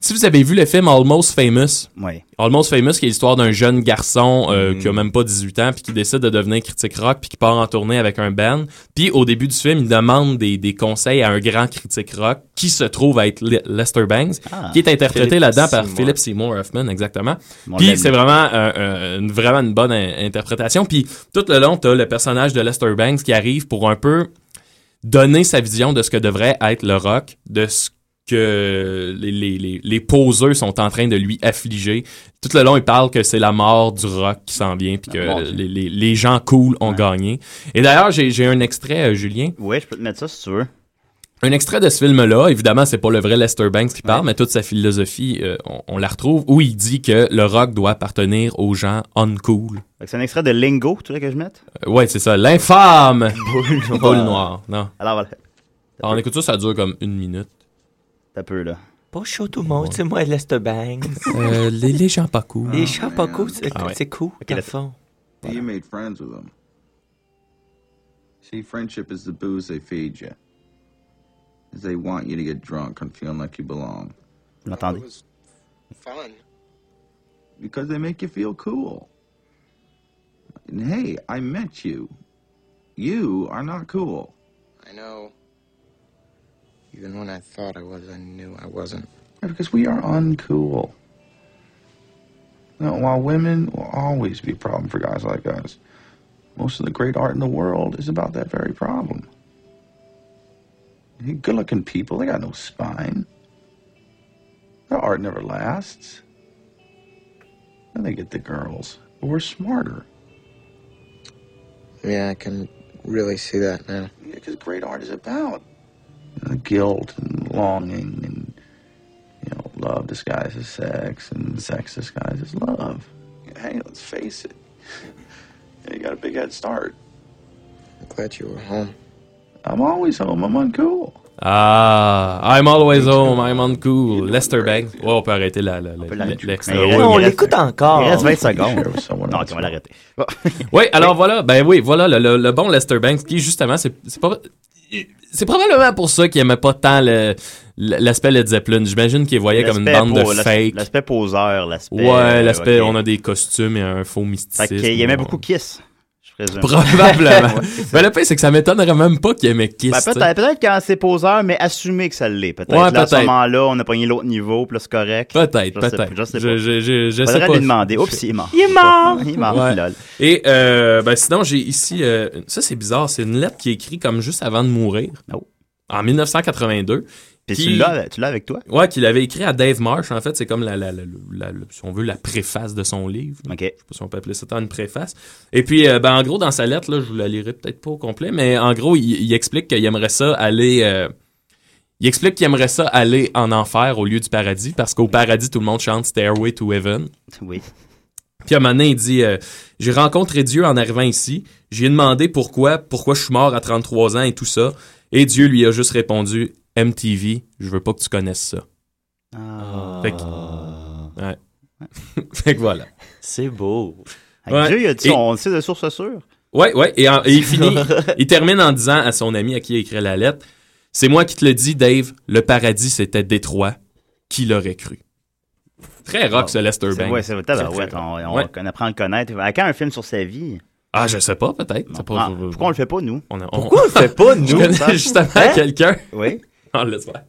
S8: si vous avez vu le film Almost Famous,
S7: Ouais.
S8: Almost Famous, qui est l'histoire d'un jeune garçon euh,
S10: Mm.
S8: qui a même pas 18 ans, puis qui décide de devenir critique rock, puis qui part en tournée avec un band. Puis au début du film, il demande des, des conseils à un grand critique rock qui se trouve à être Le- Lester Bangs,
S7: Ah,
S8: qui est interprété
S10: Philip
S8: là-dedans par
S10: Seymour.
S8: Philip Seymour Hoffman, exactement.
S7: mon
S8: Puis
S7: ami.
S8: c'est vraiment euh, euh, une, vraiment une bonne in- interprétation. Puis tout le long, t'as le personnage de Lester Bangs qui arrive pour un peu donner sa vision de ce que devrait être le rock, de ce que les, les, les, les poseurs sont en train de lui affliger. Tout le long, il parle que c'est la mort du rock qui s'en vient, puis
S7: Ah, mon
S8: que
S7: Dieu.
S8: les, les, les gens cool ont
S7: Ouais.
S8: gagné. Et d'ailleurs, j'ai j'ai un extrait, euh, Julien.
S7: Ouais, je peux te mettre ça si tu veux.
S8: Un extrait de ce film-là, évidemment, c'est pas le vrai Lester Banks qui parle, mais toute sa philosophie, euh, on, on la retrouve, où il dit que le rock doit appartenir aux gens uncool.
S7: Fait que C'est un extrait de Lingo, tu veux que je mette?
S8: Euh, ouais, c'est ça, l'infâme boule noire. Non.
S7: Alors voilà,
S8: Alors, on écoute ça, ça dure comme une minute.
S7: t'as peu là.
S10: Pas chaud tout le monde, c'est moi, Lester Bang.
S8: Euh, les, les gens pas cool.
S10: Les chats pas cool, c'est
S8: Ah ouais.
S10: c'est cool, dans le
S7: là-
S10: fond.
S11: You made friends with them. See, friendship is the booze they feed you. They want you to get drunk and feeling like you belong.
S7: Vous l'entendez?
S11: Because they make you feel cool. And hey, I met you. You are not cool.
S12: I know. Even when I thought I was, I knew I wasn't.
S11: Yeah, Because we are uncool. Now, while women will always be a problem for guys like us, most of the great art in the world is about that very problem. Good looking people, they got no spine. Their art never lasts. Then they get the girls. But we're smarter.
S12: Yeah, I can really see that now.
S11: Because great art is about you know, Uh, guilt and longing and you know love disguises sex and sex disguises love. Hey, let's face it. You got a big head start.
S12: I'm glad you were home.
S11: I'm always home. I'm uncool.
S8: Ah, I'm always home, I'm uncool. Lester Banks. Ouais, on peut arrêter la- la- la-
S7: l'arrêter.
S8: l'extrait.
S7: Mais-
S8: Euh, Ouais.
S10: Non, on
S7: il reste-
S10: l'écoute encore.
S7: Il reste 20
S11: Share
S7: secondes.
S11: with someone
S7: Non,
S11: else.
S7: ok, on va l'arrêter. Bon.
S8: Oui, alors voilà, ben oui, voilà le, le- le bon Lester Banks qui justement, c'est c'est pas c'est probablement pour ça qu'il aimait pas tant le- l'aspect Led Zeppelin. J'imagine qu'il voyait comme une
S7: L'aspect
S8: bande de
S7: po- l'as-
S8: fake.
S7: L'aspect poseur, l'aspect. euh,
S8: Ouais, l'aspect,
S7: ok.
S8: on a des costumes et un faux
S7: Fait
S8: mysticisme.
S7: qu'il aimait
S8: Ouais.
S7: beaucoup Kiss, je présume.
S8: Probablement. Mais le pire, c'est que ça m'étonnerait même pas qu'il aimait Kiss.
S7: Ben,
S8: tu sais.
S7: peut-être, peut-être quand c'est poseur, mais assumer que ça l'est. Peut-être.
S8: Ouais,
S7: Là, à ce
S8: peut-être.
S7: moment-là, on a pogné l'autre niveau, plus correct.
S8: Peut-être,
S7: Je sais
S8: peut-être.
S7: pas, Je sais
S8: Je,
S7: pas.
S8: je, je, je sais
S7: Faudrait
S8: pas.
S7: lui demander. Oups, il est mort.
S10: Il est mort.
S7: Il est mort,
S8: Ouais.
S7: lol.
S8: Et euh, ben, sinon, j'ai ici. euh, ça, c'est bizarre. C'est une lettre qui est écrite comme juste avant de mourir.
S7: Oh.
S8: En 1982.
S7: Puis
S8: Qui-
S7: tu l'as tu l'as avec toi?
S8: Ouais, qu'il avait écrit à Dave Marsh. En fait, c'est comme la, la, la- la- la- si on veut, la préface de son livre. Je sais pas si on peut appeler ça tant une préface. Et puis, euh, ben, en gros, dans sa lettre, là, je vous la lirai peut-être pas au complet, mais en gros, il, il explique qu'il aimerait ça aller. euh, il explique qu'il aimerait ça aller en enfer au lieu du paradis parce qu'au paradis, tout le monde chante Stairway to Heaven.
S7: Oui.
S8: Puis à un moment donné, il dit euh, J'ai rencontré Dieu en arrivant ici. J'ai demandé pourquoi, pourquoi je suis mort à 33 ans et tout ça. Et Dieu lui a juste répondu MTV, je veux pas que tu connaisses ça.
S7: Ah.
S8: Fait que- Ouais. fait que voilà.
S10: C'est beau.
S7: Avec Dieu, il a dit, on le sait de source sûre.
S8: Ouais, ouais. Et, en- et il finit, il termine en disant à son ami à qui il écrit la lettre C'est moi qui te le dis, Dave, le paradis c'était Détroit. Qui l'aurait cru Très rock, ce Lester
S7: C'est-
S8: Bangs.
S7: Ouais, c'est
S8: Très,
S7: tabarouette,
S8: très
S7: on,
S8: rock.
S7: on
S8: Ouais.
S7: on apprend à le connaître. À quand un film sur sa vie?
S8: Ah, je sais pas, peut-être. C'est pas-
S7: Ah, pourquoi on le fait pas, nous?
S8: On a- on-
S7: Pourquoi on le fait pas, nous?
S8: Je
S7: Ça?
S8: connais justement
S7: Hein?
S8: quelqu'un.
S7: Oui.
S8: On laisse faire.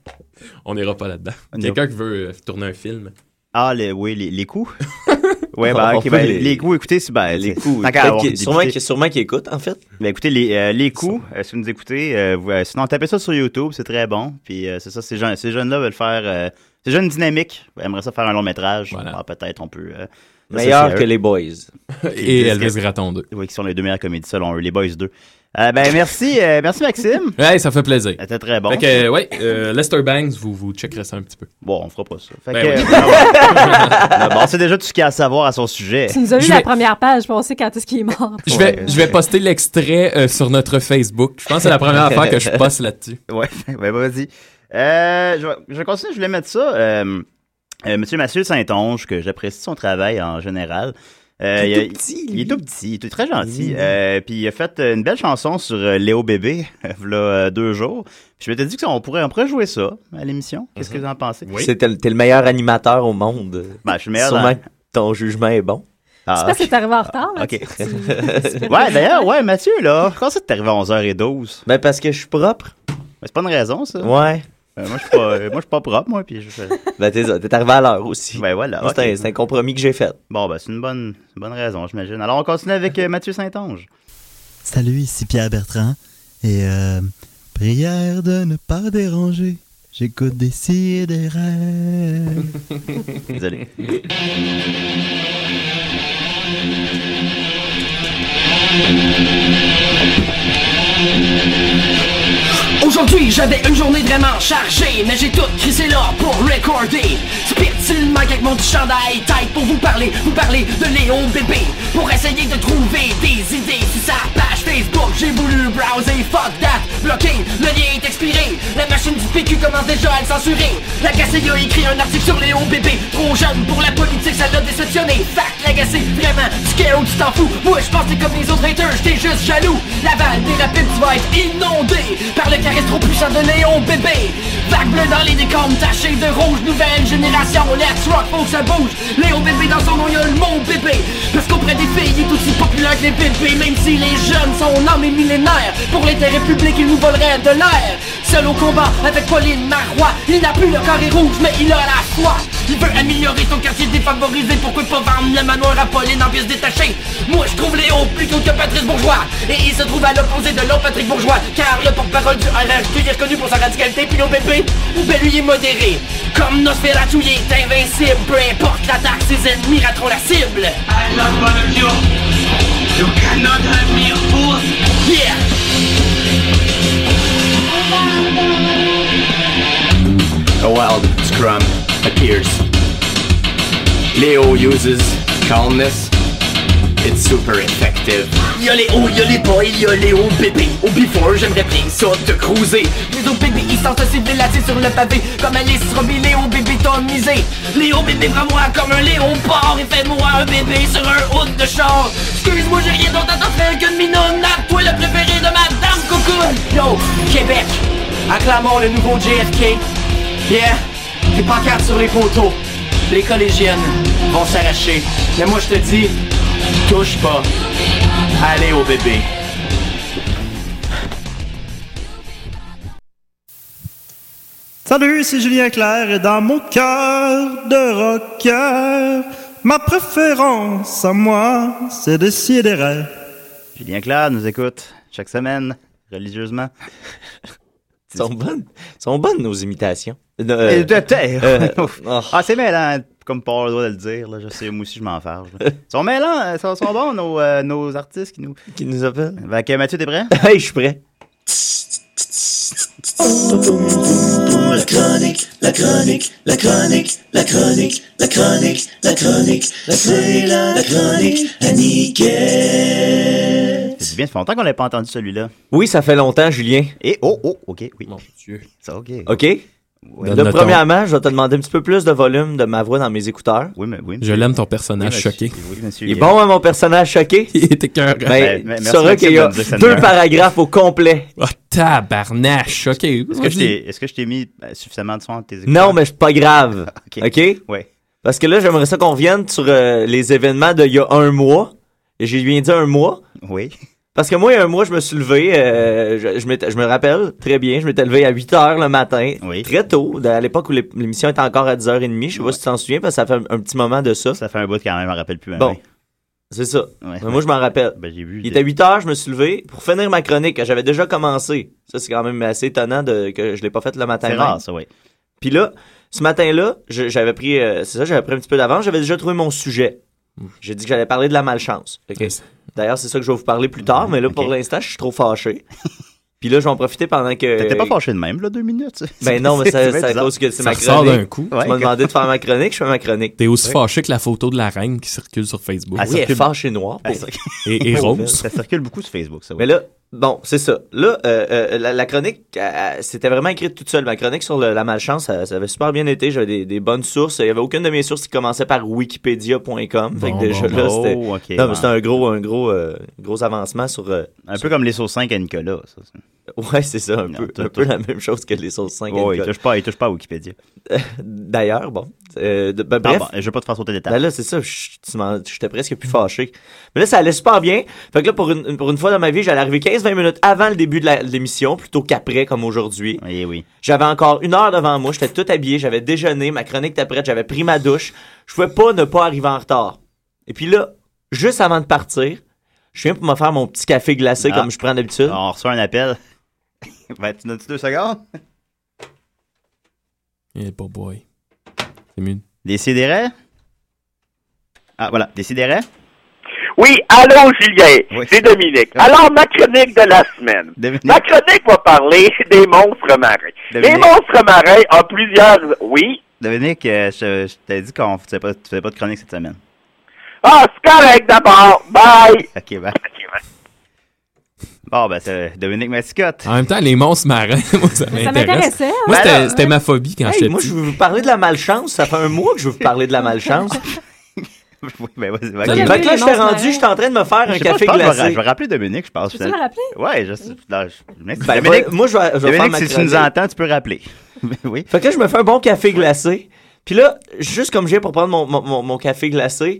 S8: On n'ira pas là-dedans.
S7: On ira-
S8: Quelqu'un qui veut euh, tourner un film.
S7: Ah, les, oui, les, les coups? ouais,
S8: On-
S7: ben,
S8: on
S7: ok,
S8: peut
S7: ben, les...
S8: les-
S7: coups, écoutez, c'est ben, les
S10: coups, peut-être qu'il- sûrement qu'il- sûrement qu'ils écoutent, en fait.
S7: Ben, écoutez, les, euh, les coups, euh, si vous nous écoutez, euh, vous- euh, sinon, tapez ça sur YouTube, c'est très bon. Puis, euh, c'est ça, ces, jeunes, ces jeunes-là veulent faire. euh, ces jeunes dynamiques bah, aimeraient ça faire un long métrage. Ah, peut-être, on peut. euh,
S10: Meilleur
S7: ça, c'est
S10: que
S7: eux.
S10: les Boys.
S7: Ils disent que-
S8: Gratton 2.
S7: Oui, qui sont les deux meilleures comédies selon eux, les Boys 2. Euh, ben, merci, euh, merci Maxime.
S8: Ouais, ça fait plaisir.
S7: C'était très bon.
S8: Fait que, euh, ouais, euh, Lester Bangs, vous, vous checkerez ça un petit peu.
S7: Bon, on fera pas ça. Fait
S8: Ben
S7: que,
S8: oui.
S7: euh, bon, c'est déjà tout ce qu'il y a à savoir à son sujet.
S9: Tu nous as lu
S8: Je
S9: la
S8: vais-
S9: première page, puis on sait quand est-ce qu'il est mort.
S8: Je vais, je vais poster l'extrait euh, sur notre Facebook. Je pense que c'est la première affaire que je poste là-dessus.
S7: Ouais, ouais, vas-y. Euh, je, vais- je vais continuer, je voulais mettre ça. Euh, euh, Monsieur Mathieu Saint-Onge, que j'apprécie son travail en général. Euh,
S10: Il est
S7: a-
S10: tout petit,
S7: Il est tout petit, il est très gentil.
S10: Oui.
S7: Euh, puis il a fait euh, une belle chanson sur euh, Léo Bébé, là, deux jours. Puis je m'étais dit qu'on pourrait, on pourrait jouer ça à l'émission.
S10: Uh-huh.
S7: Qu'est-ce que vous en pensez?
S10: C'est- T'es le t'es le meilleur animateur au monde.
S7: Ben, je suis le meilleur
S10: Sûrement
S7: dans-
S10: que ton jugement est bon.
S7: Ah,
S9: C'est parce que t'es arrivé en retard. là,
S7: OK.
S9: tu- tu-
S7: ouais, d'ailleurs, ouais, Mathieu, là, quand ça t'es arrivé à 11h12?
S10: Ben, parce que je suis propre.
S7: c'est pas une raison, ça.
S10: Ouais.
S7: Euh, moi, je suis pas, euh, moi, je suis pas propre, moi, puis je fais-
S10: Ben, t'es t'es arrivé à l'heure aussi.
S7: Ben, voilà.
S10: C'est un-
S7: ok.
S10: c'est un, compromis que j'ai fait.
S7: Bon, ben, c'est une bonne, une bonne raison, j'imagine. Alors, on continue avec euh, Mathieu Saint-Onge.
S13: Salut, ici Pierre Bertrand. Et euh, prière de ne pas déranger. J'écoute des si et des rêves.
S7: Désolé.
S14: Aujourd'hui, j'avais une journée vraiment chargée, mais j'ai tout crissé là pour recorder. Spirituellement avec mon petit chandail tight pour vous parler, vous parler de Léon Bébé. Pour essayer de trouver des idées sur sa page Facebook, j'ai voulu browser, fuck that, bloqué, le lien est expiré. La machine du PQ commence déjà à le censurer. La KCI a écrit un article sur Léon Bébé, trop jeune pour la politique, ça l'a déceptionné. Fact l'agacé, vraiment, scared, tu t'en fous. Moi, je pense que t'es comme les autres haters, j'étais juste jaloux. Laval, des rapides, tu vas être inondé par le charisme trop puissant de Léon Bébé. Vague bleue dans les décombres, taché de rouge, nouvelle génération. Let's rock, faut que ça bouge. Léon Bébé dans son nom, il y a le mot bébé. Parce qu'auprès des filles, il est aussi populaire que les bébés. Même si les jeunes, son âme est millénaire. Pour l'intérêt public, il nous volerait de l'air. Seul au combat avec Pauline Marois, il n'a plus le carré rouge, mais il a la foi. Il veut améliorer son quartier défavorisé. Pourquoi pas vendre le manoir à Pauline en pièces détachées? Moi, je trouve Léon plus cool que Patrice Bourgeois. Et il se trouve à l'opposé de l'autre Patrick Bourgeois. Car le porte-parole du RRQ est reconnu pour sa radicalité. Puis nos bébés, ben lui il est modéré. Comme Nosferatu, il est invincible. Peu importe l'attaque, ses ennemis rateront la cible. I love all of you. You cannot have me, you fools. Yeah.
S15: A wild scrum appears. Leo uses calmness. It's super effective.
S14: Y'a les hauts, y'a les bas, il y a les hauts bébés. Au before, j'aimerais bien ça te cruiser. Les hauts bébés, ils sentent se délasser sur le pavé. Comme Alice Robbie, les hauts bébés t'ont misé. Les hauts bébés, prends-moi comme un léopard et fais-moi un bébé sur un hood de char. Excuse-moi, j'ai rien d'autre à t'offrir qu'une minoune. À toi, le préféré de Madame Cocoon. Yo, Québec, acclamons le nouveau JFK. Yeah, les pancartes sur les poteaux. Les collégiennes vont s'arracher. Mais moi, je te dis, touche pas. Allez au bébé.
S16: Salut, c'est Julien Clerc et dans mon cœur de rocker, ma préférence à moi, c'est de
S7: Julien Claude nous écoute chaque semaine, religieusement.
S10: sont bonnes. sont bonnes, nos imitations. Euh,
S7: Et de terre.
S10: euh,
S7: Ah, c'est mêlant, comme Paul doit le dire. Là, je sais, moi aussi, je m'en farge. là. Ils sont mêlants, euh, ils sont, sont bons, nos, euh, nos artistes qui nous...
S10: Qui nous appellent.
S7: Fait que, Mathieu, t'es prêt?
S10: hey, je suis prêt.
S6: La chronique, la chronique, la chronique, la chronique, la chronique, la chronique, c'est la chronique à Nickel.
S7: C'est bien, ça fait longtemps qu'on n'avait pas entendu celui-là.
S10: Oui, ça fait longtemps, Julien.
S7: Et oh, oh, ok, oui. Mon
S8: Dieu.
S7: Ça, ok.
S10: OK?
S7: Ouais.
S10: Là, premièrement, je vais te demander un petit peu plus de volume de ma voix dans mes écouteurs.
S7: Oui, mais oui.
S8: Je l'aime ton personnage
S7: Oui, monsieur.
S8: choqué.
S7: Oui, monsieur.
S10: Il est bon, hein, mon personnage choqué?
S8: Il était cœur.
S7: Ben,
S10: Mais tu
S7: merci,
S10: sauras
S7: Maxime,
S10: qu'il y a
S7: de me dire que ça
S10: deux
S7: meurt.
S10: paragraphes au complet.
S8: Oh, tabarnache, ok.
S7: Est-ce que je t'ai- est-ce que je t'ai mis euh, suffisamment de son entre tes écouteurs?
S10: Non, mais c'est pas grave.
S7: OK.
S10: OK?
S7: Ouais.
S10: Parce que là, j'aimerais ça qu'on revienne sur euh, les événements d'il y a un mois. J'ai bien dit un mois.
S7: Oui.
S10: Parce que moi, il y a un mois, je me suis levé, euh, je, je m'étais- je me rappelle très bien, je m'étais levé à 8 h le matin,
S7: Oui.
S10: très tôt, à l'époque où l'ép- l'émission était encore à 10h30. Je sais pas si tu t'en souviens, parce que ça fait un, un petit moment de ça.
S7: Ça fait un bout quand même, je me rappelle plus. mais
S10: Bon.
S7: oui.
S10: C'est ça.
S7: Ouais.
S10: Mais moi, je m'en rappelle.
S7: Ben, j'ai vu.
S10: Il était 8 h je me suis levé pour finir ma chronique que j'avais déjà commencé. Ça, c'est quand même assez étonnant de, que je l'ai pas faite le matin.
S7: C'est
S10: même.
S7: rare, ça, oui.
S10: Puis là, ce matin-là, je- j'avais pris, euh, c'est ça, j'avais pris un petit peu d'avance, j'avais déjà trouvé mon sujet. J'ai dit que j'allais parler de la malchance. Fait que-
S8: Yes.
S10: D'ailleurs, c'est ça que je vais vous parler plus tard, mais là, pour
S7: ok.
S10: l'instant, je suis trop fâché. Puis là, je vais en profiter pendant que.
S7: T'étais pas fâché de même, là, deux minutes.
S10: Euh, Ben non, mais ça,
S7: C'est
S10: c'est à
S7: bizarre.
S10: cause que c'est
S8: Ça
S10: ma
S8: ressort
S10: chronique.
S8: d'un coup.
S10: Tu m'as
S7: Ouais.
S10: demandé de faire ma chronique, je fais ma chronique.
S8: T'es aussi fâché que la photo de la reine qui circule sur Facebook.
S10: Ah, c'est fâché noir.
S7: Ah,
S10: pour
S7: ça-
S8: Et, et rose.
S7: Ça circule beaucoup sur Facebook, ça,
S10: Mais
S7: oui.
S10: là, bon, c'est ça. Là, euh, euh, la, la chronique, euh, euh, c'était vraiment écrite toute seule. Ma chronique sur le- la malchance, ça, ça avait super bien été. J'avais des, des bonnes sources. Il y avait aucune de mes sources qui commençait par wikipedia.com. fait que
S8: Bon,
S10: déjà,
S8: bon,
S10: là,
S7: bon.
S10: c'était
S7: Oh, ok,
S10: non, mais
S7: ouais.
S10: c'était un gros, un gros, euh, gros avancement sur. euh,
S7: Un peu comme les sauces 5 à Nicolas. Ça.
S10: Ouais, c'est ça, un
S7: Non,
S10: peu,
S7: tout-
S10: un
S7: tout-
S10: peu la même chose que les sources 5.
S7: Oui, il touche pas, il touche pas à Wikipédia.
S10: D'ailleurs, bon, euh, de- ben, bref.
S7: Ah, bon, je vais pas te faire sauter des
S10: Ben
S7: tables.
S10: là, c'est ça, je- tu m'en- j'étais presque plus fâché. Mais là, ça allait super bien. Fait que là, pour une, pour une fois dans ma vie, j'allais arriver 15-20 minutes avant le début de la- de l'émission, plutôt qu'après, comme aujourd'hui.
S7: Oui, eh oui.
S10: J'avais encore une heure devant moi, j'étais tout habillé, j'avais déjeuné, ma chronique était prête, j'avais pris ma douche. Je pouvais pas ne pas arriver en retard. Et puis là, juste avant de partir, je viens pour me faire mon petit café glacé
S7: Ah.
S10: comme je prends d'habitude.
S7: On reçoit un appel. ben, tu donnes-tu deux secondes?
S8: Il est pas Eh, boy. C'est mieux.
S7: Des sidérés? Ah, voilà, des sidérés?
S17: Oui, allô Julien,
S7: Oui.
S17: c'est Dominique. Alors, ma chronique de la semaine.
S7: Dominique.
S17: Ma chronique va parler des monstres marins. Les
S7: Dominique.
S17: monstres marins ont plusieurs... Oui?
S7: Dominique, euh, je, je t'ai dit qu'on faisait pas, tu faisais pas de chronique cette semaine.
S14: Oh,
S17: Ah, c'est correct d'abord. Bye!
S7: Ok, ben. Bon, ben, c'est Dominique Massicotte.
S8: En même temps, les monstres marins, moi, ça m'intéresse.
S9: m'intéressait, hein.
S8: Moi, c'était-
S10: Ben là,
S8: c'était ma phobie quand
S10: Hey,
S8: j'étais
S10: moi,
S8: petit.
S10: je veux vous parler de la malchance. Ça fait un mois que je veux vous parler de la malchance.
S7: oui, ben, vas-y,
S8: Ça,
S7: vas-y.
S8: les-
S10: fait que là,
S9: les
S10: je t'ai
S9: monstres
S10: rendu,
S9: marins.
S10: j'étais en train de me faire un
S7: Je sais pas, je
S10: café
S7: pense que je vais ra-
S10: glacé.
S7: je vais rappeler Dominique, je pense.
S9: Peux-tu me rappeler?
S7: Ouais, je sais. non, je- Dominique,
S10: Ben,
S7: Dominique,
S10: va- moi, je vais, je vais faire
S7: Dominique,
S10: ma
S7: si tu
S10: chronique.
S7: nous entends, tu peux rappeler. Ben oui.
S10: Fait que là, je me fais un bon café glacé. Puis là, juste comme je viens pour prendre mon, mon- mon- mon café glacé,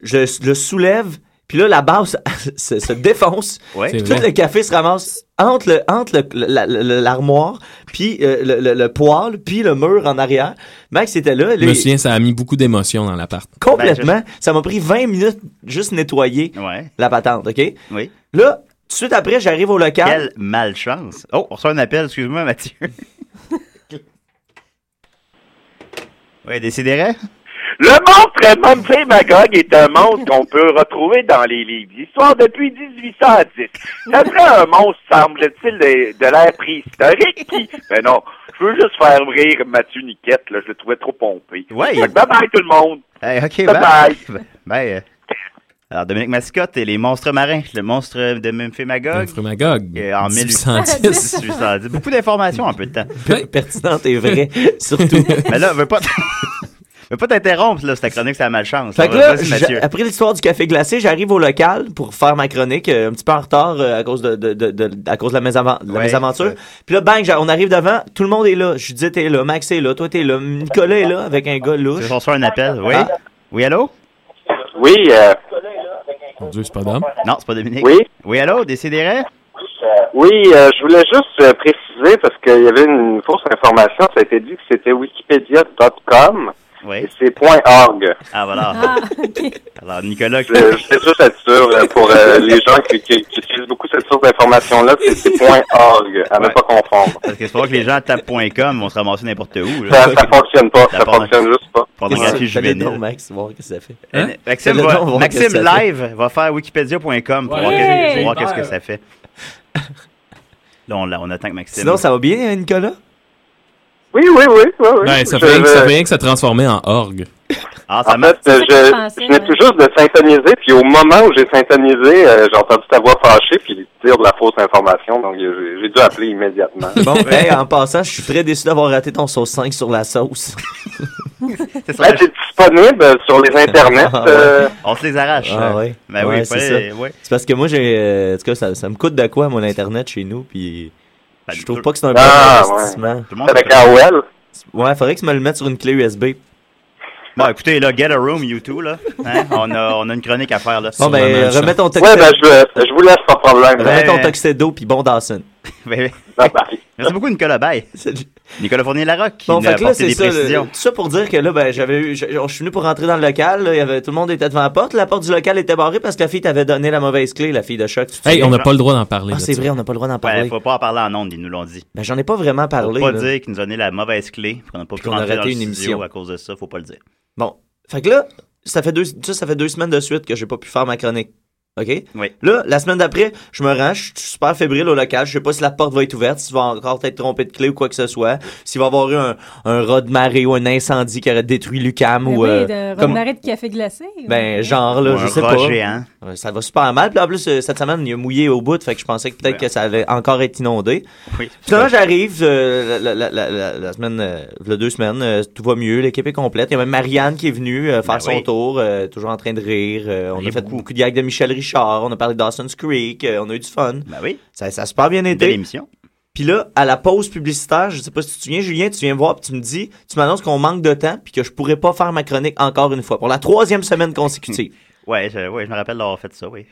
S10: je le soulève. Puis là, la base se, se défonce.
S7: Ouais.
S8: C'est
S10: Puis tout
S8: vrai.
S10: le café se ramasse entre le entre le- la- la- l'armoire, puis euh, le, le- le poêle, puis le mur en arrière. Max était là.
S8: Je
S10: là,
S8: me
S10: il-
S8: souviens, ça a mis beaucoup d'émotions dans l'appart.
S10: complètement. Ça m'a pris 20 minutes juste nettoyer
S7: Ben, Ouais,
S10: la patente, OK?
S7: oui.
S10: Là, tout de suite après, j'arrive au local.
S7: Quelle malchance. Oh, on reçoit un appel, excuse-moi, Mathieu. ouais, décidérez.
S17: Le monstre Mumfrey Magog est un monstre qu'on peut retrouver dans les livres d'histoire depuis 1810. Ça serait un monstre, semble-t-il, de, de l'ère préhistorique qui... Mais non, je veux juste faire rire Mathieu Niquette, là, je le trouvais trop pompé.
S7: Ouais,
S17: Fait que Bye-bye tout le monde!
S7: Hey, ok,
S17: Bye
S7: bye.
S17: bye.
S7: Bye, euh. Alors, Dominique Mascotte et les monstres marins, le monstre de Memphis Magog.
S8: Humphrey Magog.
S7: euh, en
S8: 1810.
S7: 1810. Beaucoup d'informations en peu de temps.
S8: Ouais.
S10: Pertinente et vraie, surtout.
S7: Mais là, veux pas t- veux pas t'interrompre, là, cette chronique, c'est la malchance.
S10: Fait que
S7: Alors,
S10: là,
S7: vas-y,
S10: j'a-
S7: Mathieu.
S10: après l'histoire du café glacé, j'arrive au local pour faire ma chronique, euh, un petit peu en retard euh, à cause de, de, de- de- à cause de la, mésavan- de la
S7: Ouais,
S10: mésaventure.
S7: ouais.
S10: Puis là, bang, j'a- on arrive devant, tout le monde est là. Judith est là, Max est là, toi t'es là, Nicolas est là avec un gars louche.
S7: Je reçois un appel, oui.
S10: Ah.
S7: Oui, allô?
S17: Oui, euh,
S8: Mon Dieu, c'est pas d'homme.
S7: Non, c'est pas Dominique.
S17: Oui.
S7: Oui, allô, décidérez?
S17: Oui, euh, je voulais juste euh, préciser parce qu'il y avait une fausse information. Ça a été dit que c'était wikipedia.com
S7: Oui.
S17: et c'est point .org.
S7: Ah, voilà.
S9: Ah, ok.
S7: Alors, Nicolas,
S17: Je, je voulais juste être sûr euh, pour euh, les gens qui, qui- qui utilisent beaucoup
S18: cette source d'information-là, c'est c'est point .org,
S7: Ah, ben,
S18: à ne pas confondre.
S7: Parce que c'est pas que les gens tapent .com, vont se ramasser n'importe où.
S18: Ça, ça fonctionne pas, ça
S7: porno-
S18: fonctionne juste pas.
S7: Pornographie
S10: Fais le
S7: juvénile.
S10: don, Max, voir qu'est-ce que ça fait.
S7: Euh, Maxime,
S10: Fais le
S7: va-
S10: don, voir
S7: Maxime
S10: qu'est-ce que ça fait.
S7: Live va faire wikipedia.com pour
S10: Ouais.
S7: voir qu'est-ce- pour voir
S10: J'ai
S7: qu'est-ce que
S10: peur.
S7: ça fait. Là, on, l'a- on attend que Maxime.
S10: Sinon, ça va bien, hein, Nicolas?
S18: Oui, oui, oui, oui, oui.
S8: Ben, ça
S18: Je-
S8: fait rien que- ça
S18: je-
S8: fait rien que ça transformait en orgue.
S7: Ah,
S18: En fait, euh, je, je venais tout juste de syntoniser, puis au moment où j'ai syntonisé, euh, j'ai entendu ta voix fâchée, puis dire de la fausse information, donc j'ai j'ai dû appeler immédiatement.
S10: Bon, hey, en passant, je suis très déçu d'avoir raté ton sauce 5 sur la sauce.
S18: Là, c'est disponible ben, sur les internets.
S10: Ah,
S18: euh,
S10: ouais.
S7: On se les arrache.
S10: Ah
S7: euh.
S10: ouais.
S7: Ben oui,
S10: Ouais,
S7: il
S10: c'est
S7: fallait-
S10: ça.
S7: ouais.
S10: C'est parce que moi, j'ai, euh, en tout cas, ça, ça me coûte de quoi, mon Internet, chez nous, puis
S7: Ben,
S10: je trouve pas que c'est un bon
S18: Ah, ouais.
S10: investissement.
S18: Tout le monde Avec fait- AOL?
S10: Ouais, faudrait que tu me le mettes sur une clé USB.
S7: Bon, écoutez, là, get a room, you two, là. Hein? on, a, on a une chronique à faire, là.
S10: Bon, ben, euh, remets ton
S18: ouais,
S10: Tuxedo.
S18: ben, je, je vous laisse pas de problème.
S10: Remets ton Tuxedo, puis bon Dawson.
S7: Ben, Merci beaucoup, Nicolas Bay. Nicolas Fournier-Larocque qui
S10: Bon,
S7: nous a
S10: fait que là,
S7: apporté
S10: c'est
S7: des
S10: ça. là,
S7: précisions.
S10: tout ça pour dire que là, ben, j'avais eu, je, je suis venu pour rentrer dans le local. là, il y avait, tout le monde était devant la porte. La porte du local était barrée parce que la fille t'avait donné la mauvaise clé, la fille de choc. Tu te
S8: Hey,
S10: souviens?
S8: on n'a pas le droit d'en parler. là,
S10: Ah, c'est
S8: tu
S10: vrai,
S8: vois.
S10: on n'a pas le droit d'en
S7: Ouais,
S10: parler.
S7: faut pas en parler en ondes, ils nous l'ont dit.
S10: Ben, j'en ai pas vraiment parlé.
S7: Faut pas
S10: là.
S7: dire qu'ils nous ont donné la mauvaise clé, puis qu'on n'a pas pu
S10: qu'on a
S7: rentrer
S10: raté
S7: dans le
S10: une
S7: studio
S10: émission.
S7: à cause de ça, faut pas le dire.
S10: Bon. Fait que là, ça fait deux, ça, ça fait deux semaines de suite que j'ai pas pu faire ma chronique. OK? Là, la semaine d'après, je me rends, je suis super fébrile au local. Je sais pas si la porte va être ouverte, s'il va encore être trompé de clé ou quoi que ce soit, s'il va y avoir eu un, un rat de marée ou un incendie qui aurait détruit Lucam ou.
S9: Ben oui,
S10: euh,
S9: de
S10: comme-
S9: remarrer de café glacé.
S10: Ben, genre,
S7: Ou
S10: là,
S7: un
S10: je sais
S7: rat
S10: pas.
S7: géant.
S10: Ouais, Ça va super mal. Puis en plus, euh, cette semaine, il a mouillé au bout, fait que je pensais que peut-être que ça allait encore être inondé.
S7: Oui.
S10: Finalement, j'arrive euh, la, la- la- la- la semaine, euh, v'là deux semaines, euh, tout va mieux, l'équipe est complète. Il y a même Marianne qui est venue euh, faire
S7: Ben
S10: son
S7: oui.
S10: tour, euh, toujours en train de rire. Euh, on a fait beaucoup. de gags de Michel Richard, on a parlé de Dawson's Creek, euh, on a eu du fun.
S7: Ben oui.
S10: Ça, ça a super bien été.
S7: belle émission.
S10: Puis là, à la pause publicitaire, je sais pas si tu te souviens, Julien, tu viens me voir puis tu me dis, tu m'annonces qu'on manque de temps puis que je pourrais pas faire ma chronique encore une fois pour la troisième semaine consécutive.
S7: Ouais, je, ouais, je me rappelle d'avoir fait ça, oui.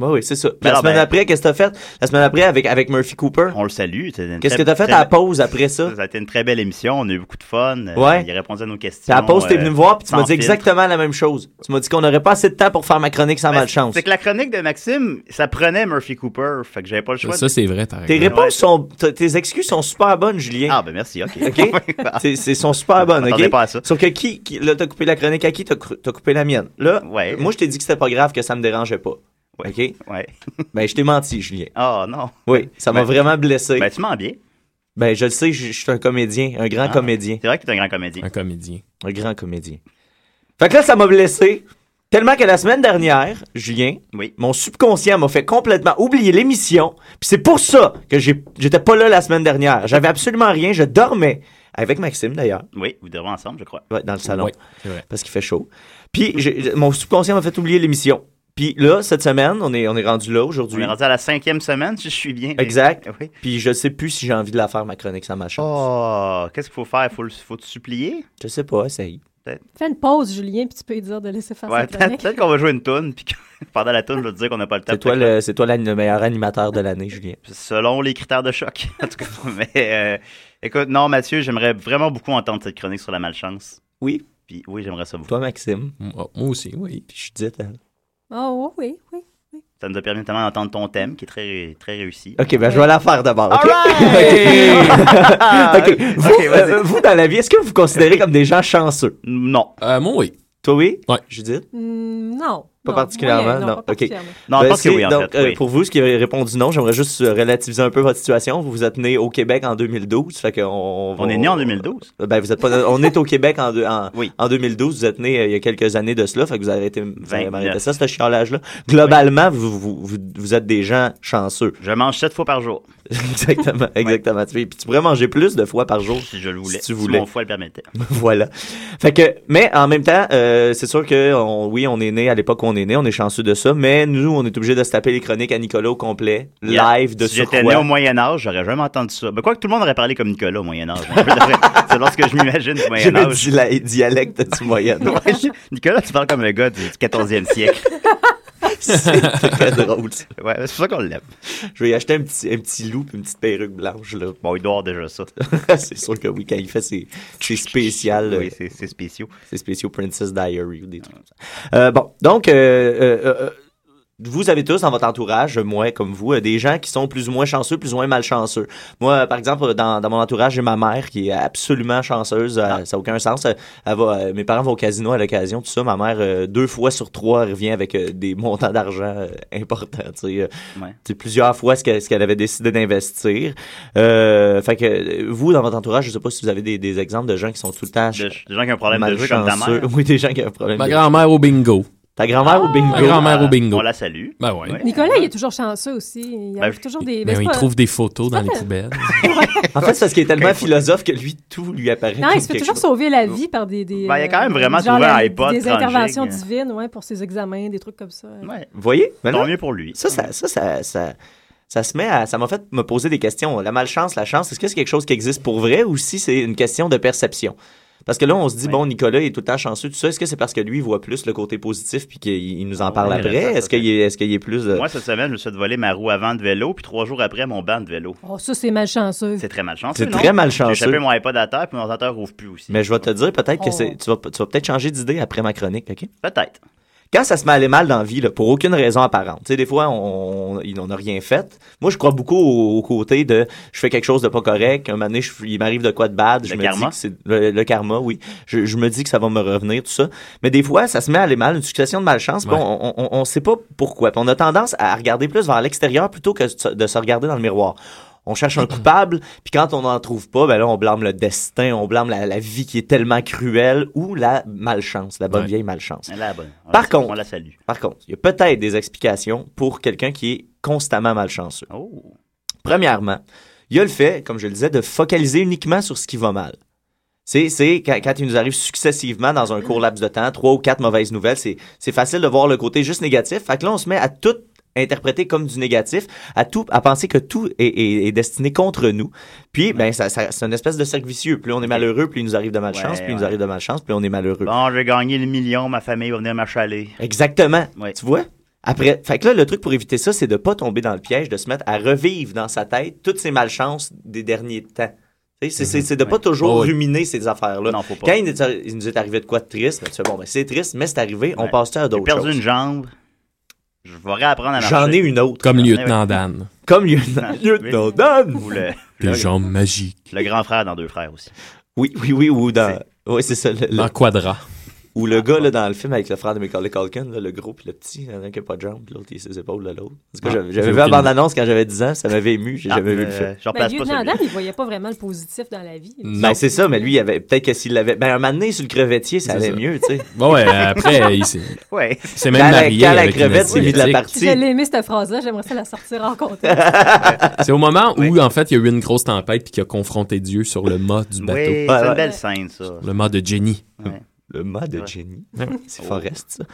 S10: Oui, Bah oui, c'est ça. Puis
S7: Ben
S10: la
S7: non,
S10: semaine
S7: ben-
S10: après, qu'est-ce que t'as fait? La semaine après, avec, avec Murphy Cooper.
S7: On le salue. c'était une
S10: Qu'est-ce
S7: très-
S10: que t'as fait
S7: très-
S10: à la pause après ça?
S7: Ça a été une très belle émission, on a eu beaucoup de fun. euh,
S10: Ouais.
S7: Il répondait à nos
S10: Puis
S7: questions.
S10: à la pause, t'es
S7: euh,
S10: venu me voir puis tu m'as
S7: sans
S10: dit
S7: filtre.
S10: exactement la même chose. Tu m'as dit qu'on n'aurait pas assez de temps pour faire ma chronique sans malchance.
S7: Ben, C'est que la chronique de Maxime, ça prenait Murphy Cooper, fait que j'avais pas le choix.
S10: Ça,
S7: de-
S10: c'est vrai, Tes réponses sont, t- tes excuses sont super bonnes, Julien. Ah,
S7: ben merci, ok.
S10: C'est, c'est- sont super bonnes,
S7: M'attendais
S10: ok?
S7: bah. pas à ça.
S10: Sauf que qui, qui- là, t'as coupé la chronique à qui? T'as, cru- t'as coupé la mienne. Là, moi, je t'ai dit que c'était pas grave, que ça me dérangeait pas. Ok?
S7: Ouais.
S10: Ben, je t'ai menti, Julien.
S7: Ah non.
S10: Oui, ça m'a
S7: Ben,
S10: vraiment blessé.
S7: Ben, tu mens bien.
S10: Ben, je le sais, je, je suis un comédien, un grand
S7: Ah,
S10: comédien.
S7: C'est vrai que t'es un grand comédien.
S10: Un comédien. Un grand comédien. Fait que là, ça m'a blessé. Tellement que la semaine dernière, Julien, mon subconscient m'a fait complètement oublier l'émission. Puis c'est pour ça que j'ai- j'étais pas là la semaine dernière. J'avais absolument rien. Je dormais. Avec Maxime, d'ailleurs.
S7: Oui, vous devrez ensemble, je crois.
S10: Ouais, dans le salon. Parce qu'il fait chaud. Puis j'ai- mon subconscient m'a fait oublier l'émission. Puis là, cette semaine, on est, on est rendu là
S7: On
S10: aujourd'hui.
S7: est rendu à la cinquième semaine, si je suis bien.
S10: Exact.
S7: Oui.
S10: Puis je sais plus si j'ai envie de la faire, ma chronique, sans ma chance.
S7: Oh, qu'est-ce qu'il faut faire? Faut, le- faut te supplier?
S10: Je sais pas, essaye.
S9: Fais une pause, Julien, puis tu peux lui dire de laisser faire
S7: Ouais,
S9: sa chronique.
S7: peut-être peut-être qu'on va jouer une toune, puis que- pendant la toune, je vais te dire qu'on n'a pas le temps.
S10: C'est toi, le, c'est toi la- le meilleur animateur de l'année, Julien.
S7: Selon les critères de choc, en tout cas. Mais euh, écoute, non, Mathieu, j'aimerais vraiment beaucoup entendre cette chronique sur la malchance.
S10: Oui.
S7: Puis oui, j'aimerais ça. beaucoup.
S10: Toi, Maxime. Moi aussi, oui. Puis je suis dit, hein.
S9: Oh, oui, oui, oui.
S7: Ça nous a permis notamment d'entendre ton thème, qui est très, très réussi.
S10: Ok, ben je vais la faire d'abord. Ok.
S7: Alright!
S10: Ah, Ok. Ok, Vous,
S7: Ah, Ok, vas-y.
S10: euh, vous, dans la vie, est-ce que vous vous considérez comme des gens chanceux?
S7: Non.
S10: Euh, moi, oui. Toi, oui? Oui. Judith?
S9: Hmm, non.
S10: Pas
S9: non,
S10: particulièrement?
S9: moyen,
S10: non,
S9: pas
S10: ok.
S9: particulièrement.
S7: Non, je pense que
S10: si,
S7: oui, en
S10: donc,
S7: fait,
S10: euh,
S7: oui.
S10: pour vous, ce qui a répondu non, j'aimerais juste euh, relativiser un peu votre situation. Vous vous êtes né au Québec en 2012. Fait qu'on, on,
S7: On est né en 2012.
S10: Ben, vous êtes pas, on est au Québec en, deux- en, en 2012. Vous êtes né euh, il y a quelques années de cela. Fait que vous arrêtez, vous avez
S7: 29.
S10: arrêté ça, ce chialage-là. Globalement, vous, vous, vous, vous êtes des gens chanceux.
S7: Je mange sept fois par jour.
S10: exactement, exactement. Tu- Puis tu pourrais manger plus de fois par jour.
S7: Si je le voulais.
S10: tu voulais.
S7: mon foie le permettait.
S10: voilà. Fait que, mais en même temps, euh, c'est sûr que, on- oui, on est né à l'époque où on est né, on est chanceux de ça, mais nous, on est obligé de se taper les chroniques à Nicolas au complet,
S7: Yeah.
S10: live de
S7: Si j'étais né au Moyen-Âge, j'aurais jamais entendu ça. Ben, quoi que tout le monde aurait parlé comme Nicolas au Moyen-Âge. hein, C'est lorsque je m'imagine du
S10: J'ai le
S7: Moyen-Âge.
S10: di- la- dialecte du moyen
S7: Nicolas, tu parles comme le gars du du 14e siècle.
S10: C'est très drôle.
S7: Ouais, c'est pour ça qu'on l'aime.
S10: Je vais y acheter un petit, un petit loup puis une petite perruque blanche. Là.
S7: Bon, il doit avoir déjà ça.
S10: c'est sûr que oui, quand il fait ses, ses spéciales. euh,
S7: Oui, c'est- c'est spéciaux.
S10: C'est spéciaux Princess Diary ou des trucs comme ça. Euh, bon, donc, euh, euh, euh, vous avez tous dans votre entourage, moi comme vous, euh, des gens qui sont plus ou moins chanceux, plus ou moins malchanceux. Moi, euh, par exemple, euh, dans, dans mon entourage, j'ai ma mère qui est absolument chanceuse.
S7: Ah.
S10: euh, Ça n'a aucun sens. Euh, Elle va, euh, mes parents vont au casino à l'occasion, tout ça. Ma mère, euh, deux fois sur trois, elle revient avec euh, des montants d'argent euh, importants. tu sais, euh,
S7: Ouais.
S10: tu sais, plusieurs fois ce qu'elle ce qu'elle avait décidé d'investir. Euh, fait que euh, vous, dans votre entourage, je sais pas si vous avez des, des exemples de gens qui sont tout le temps des,
S7: gens qui ont un problème de jeu comme ta mère.
S10: Oui, des gens qui ont un problème.
S8: Ma
S10: de-
S8: grand-mère au bingo.
S10: Ta grand-mère au bingo.
S8: Ma grand-mère au bingo.
S7: On la salue.
S8: Ben ouais.
S9: Nicolas, il est toujours chanceux aussi. Il
S10: Ben,
S9: arrive toujours des.
S8: Ben,
S9: c'est
S8: il
S9: pas-
S8: trouve des photos dans
S9: pas
S8: les
S9: fait-
S8: poubelles.
S10: En fait, c'est parce qu'il est tellement philosophe que lui, tout lui apparaît.
S9: Non,
S10: comme
S9: il se fait
S10: quelque
S9: toujours
S10: chose.
S9: sauver la vie par des. des
S10: Ben, il y a quand même
S9: euh,
S10: vraiment
S9: genre
S10: trouvé
S9: la-
S10: un iPod hein.
S9: Des
S10: 30
S9: interventions
S10: gigs.
S9: divines, ouais, pour ses examens, des trucs comme ça. Ouais.
S10: Vous voyez? Mais
S7: Tant
S10: là,
S7: mieux pour lui.
S10: Ça, ça, ça, ça, ça, ça se met à. Ça m'a fait me poser des questions. La malchance, la chance, est-ce que c'est quelque chose qui existe pour vrai ou si c'est une question de perception? Parce que là, on se dit, bon, Nicolas est tout le temps chanceux, tout ça. Est-ce que c'est parce que lui voit plus le côté positif puis qu'il il nous en parle
S7: ouais, ça,
S10: après?
S7: ça,
S10: Est-ce qu'il est, est, est plus. euh,
S7: Moi, cette semaine, je me suis fait voler ma roue avant de vélo, puis trois jours après, mon banc de vélo.
S9: Oh, ça, c'est malchanceux.
S7: C'est très malchanceux.
S10: C'est
S7: non?
S10: très malchanceux.
S7: J'ai échappé mon iPod à terre, puis mon ordinateur ouvre plus aussi.
S10: Mais je vais te dire, peut-être que
S7: Oh.
S10: c'est, tu vas, tu vas peut-être changer d'idée après ma chronique, OK?
S7: Peut-être.
S10: Quand ça se met à aller mal dans la vie, là, pour aucune raison apparente, tu sais, des fois, on on- on n'a rien fait. Moi, je crois beaucoup au, au côté de je fais quelque chose de pas correct, un moment donné, je- il m'arrive de quoi de bad. Je
S7: Le
S10: me
S7: karma.
S10: Dis que c'est le, le karma, oui. Je, je me dis que ça va me revenir, tout ça. Mais des fois, ça se met à aller mal, une succession de malchance. puis
S8: Ouais.
S10: on, on, on- on sait pas pourquoi. Puis on a tendance à regarder plus vers l'extérieur plutôt que de se- de se regarder dans le miroir. On cherche un coupable, puis quand on n'en trouve pas, ben là, on blâme le destin, on blâme la, la vie qui est tellement cruelle ou la malchance, la bonne
S7: Ouais.
S10: vieille malchance.
S7: La bonne. On
S10: Par
S7: la-
S10: contre-
S7: On la salue.
S10: Par contre, il y a peut-être des explications pour quelqu'un qui est constamment malchanceux. Premièrement, il y a le fait, comme je le disais, de focaliser uniquement sur ce qui va mal. C'est, c'est quand, quand il nous arrive successivement dans un court laps de temps, trois ou quatre mauvaises nouvelles, c'est, c'est facile de voir le côté juste négatif. Fait que là, on se met à tout interpréter comme du négatif, à tout, à penser que tout est, est- est destiné contre nous. Puis, ben, ça, ça- c'est une espèce de cercle vicieux. Plus on est malheureux, plus il nous arrive de malchance,
S7: Ouais,
S10: plus il nous
S7: ouais.
S10: arrive de malchance, plus on est malheureux.
S7: Bon, je vais gagner le million, ma famille va venir m'achaler.
S10: Exactement. Tu vois? Après, fait que là, le truc pour éviter ça, c'est de pas tomber dans le piège, de se mettre à revivre dans sa tête toutes ces malchances des derniers temps. Tu sais, C'est c'est-
S7: Mm-hmm.
S10: c'est de pas toujours
S8: Oh oui.
S10: ruminer ces affaires-là.
S7: pas.
S10: Quand il nous, est, il nous est arrivé de quoi de triste, ben, tu fais, bon, ben, c'est triste, mais c'est arrivé, on
S7: Ouais.
S10: passe à d'autres
S7: J'ai perdu
S10: choses.
S7: une jambe. Je vais réapprendre à marcher.
S10: J'en ai une autre.
S8: Comme lieutenant
S7: Ouais.
S8: Dan.
S10: Comme lieutenant, lieutenant Dan.
S7: Ou le,
S8: Des
S7: le-
S8: jambes magiques.
S7: le grand frère dans Deux Frères aussi.
S10: Oui, oui, oui, ou dans... Oui, c'est ça. Le, le-
S8: Dans Quadra.
S10: Ou le gars là, dans le film avec le frère de Michael Culkin, là, le gros puis le petit, il y en a un qui n'a pas de jambe, puis l'autre il a ses épaules, là, l'autre. En tout cas,
S8: Ah,
S10: j'avais-
S8: j'ai
S10: j'avais vu
S8: aucune
S10: la
S8: idée.
S10: bande-annonce quand j'avais 10 ans, ça m'avait ému, j'ai
S7: Ah,
S10: jamais vu le
S7: euh,
S10: film.
S7: je
S9: Ben,
S7: replace pas
S9: lieutenant
S7: celui-là.
S9: Dan, il voyait pas vraiment le positif dans la vie.
S10: Ben, c'est ça, mais lui, il avait peut-être que s'il l'avait. Ben, un moment donné, sur le crevettier, ça allait
S8: ça.
S10: mieux, tu sais.
S8: Bon, ouais, après, il s'est
S7: Ouais.
S8: il s'est même
S10: Quand la-
S8: marié.
S10: quand la
S8: avec une
S10: crevette s'est mis de la
S8: Asiatique.
S10: partie.
S9: Je l'ai aimé cette phrase-là, j'aimerais ça la sortir en contexte.
S8: C'est au moment où, en fait, il y a eu une grosse tempête puis qu'il a confronté Dieu sur le mât du bateau.
S7: Oui, c'est une belle scène, ça.
S8: Le mât de Jenny.
S10: Le mât de Jenny.
S8: Ouais.
S7: Oh.
S10: C'est Forrest, ça.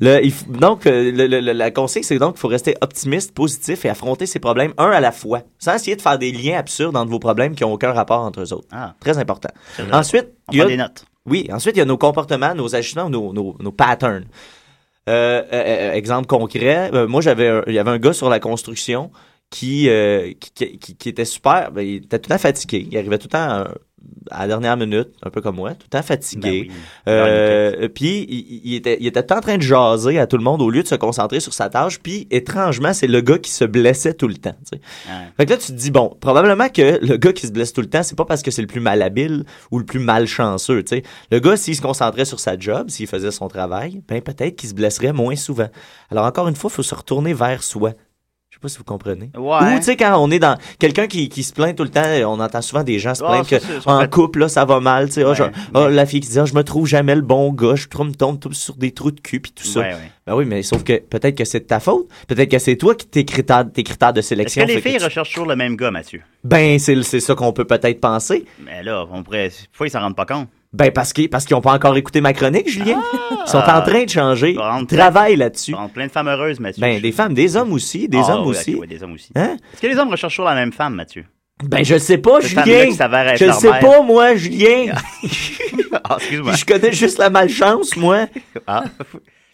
S10: Le- il f- donc, euh, le, le- le- la conseil, c'est donc qu'il faut rester optimiste, positif et affronter ses problèmes un à la fois, sans essayer de faire des liens absurdes entre vos problèmes qui n'ont aucun rapport entre eux autres.
S7: Ah.
S10: Très important.
S7: C'est vrai.
S10: Ensuite,
S7: On
S10: il y a
S7: prend des notes.
S10: Oui, ensuite, il y a nos comportements, nos agissements, nos, nos, nos patterns. Euh, euh, euh, exemple concret, euh, moi, j'avais un- il y avait un gars sur la construction qui, euh, qui, qui- qui- qui était super, ben, il était tout le temps fatigué. Il arrivait tout le temps euh, à la dernière minute, un peu comme moi, tout le temps fatigué. Euh, puis, il, il était, il était tout le temps en train de jaser à tout le monde au lieu de se concentrer sur sa tâche. Puis, étrangement, c'est le gars qui se blessait tout le temps. tu sais.
S7: Ah.
S10: Fait que là, tu te dis, bon, probablement que le gars qui se blesse tout le temps, c'est pas parce que c'est le plus malhabile ou le plus malchanceux, tu sais. Le gars, s'il se concentrait sur sa job, s'il faisait son travail, ben peut-être qu'il se blesserait moins souvent. Alors, encore une fois, il faut se retourner vers soi. Je sais pas si vous comprenez.
S7: Ouais.
S10: Ou, tu sais, quand on est dans... Quelqu'un qui, qui se plaint tout le temps, on entend souvent des gens se
S7: Ah,
S10: plaindre
S7: ça, c'est-
S10: que
S7: ça
S10: en
S7: fait-
S10: couple, là, ça va mal, tu sais. Ah,
S7: Ouais,
S10: je- ah, la fille qui dit, ah, je me trouve jamais le bon gars, je trouve- me tombe tout sur des trous de cul, puis tout ça.
S7: Ouais, ouais.
S10: Ben oui, mais sauf que peut-être que c'est de ta faute, peut-être que c'est toi qui tes critères, tes critères de
S7: Est-ce
S10: sélection.
S7: que les
S10: fait que
S7: filles
S10: tu-
S7: recherchent toujours le même gars, Mathieu?
S10: Ben, c'est c'est ça qu'on peut peut-être penser.
S7: Mais là, on pourrait... Faut ils s'en rendent pas compte.
S10: Ben, parce qu'ils parce qu'ils n'ont pas encore écouté ma chronique, Julien.
S7: Ah!
S10: Ils sont en train de changer. Ils travaillent là-dessus.
S7: Plein de femmes heureuses, Mathieu.
S10: Ben, des femmes, des hommes aussi, des
S7: Ah,
S10: hommes
S7: oui,
S10: aussi.
S7: ok, oui, des hommes aussi.
S10: Hein?
S7: Est-ce que les hommes recherchent toujours la même femme, Mathieu?
S10: Ben, je le sais pas,
S7: Cette femme-là
S10: Julien.
S7: qui s'avère être
S10: Je le
S7: leur
S10: sais
S7: mère.
S10: pas, moi, Julien.
S7: Ah, excuse-moi.
S10: Je connais juste la malchance, moi.
S7: Ah.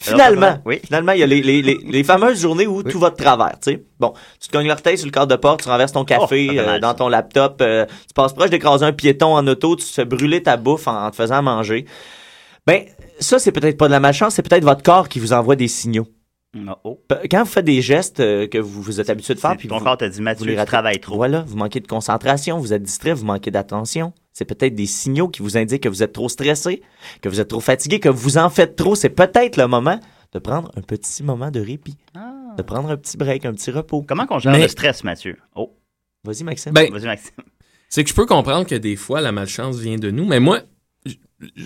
S10: Finalement,
S7: Oui.
S10: finalement, il y a les, les, les, les fameuses journées où tout va de travers, tu sais. Bon, tu te cognes l'orteil sur le corps de porte, tu renverses ton café
S7: Oh, ça fait mal,
S10: euh, dans ton laptop, euh, tu passes proche d'écraser un piéton en auto, tu te fais brûler ta bouffe en, en te faisant manger. Ben, ça, c'est peut-être pas de la malchance, c'est peut-être votre corps qui vous envoie des signaux.
S7: oh,
S10: P- Quand vous faites des gestes euh, que vous, vous êtes habitué de faire, puis
S7: ton
S10: vous-
S7: corps t'a dit,
S10: vous
S7: Mathieu,
S10: les
S7: tu
S10: rattrapez.
S7: travailles trop.
S10: Voilà, vous manquez de concentration, vous êtes distrait, vous manquez d'attention. C'est peut-être des signaux qui vous indiquent que vous êtes trop stressé, que vous êtes trop fatigué, que vous en faites trop. C'est peut-être le moment de prendre un petit moment de répit, de prendre un petit break, un petit repos.
S7: Ah. Comment qu'on gère le stress, Mathieu? Oh.
S10: Vas-y, Maxime.
S8: Ben,
S7: Vas-y, Maxime.
S8: C'est que je peux comprendre que des fois, la malchance vient de nous, mais moi, je- je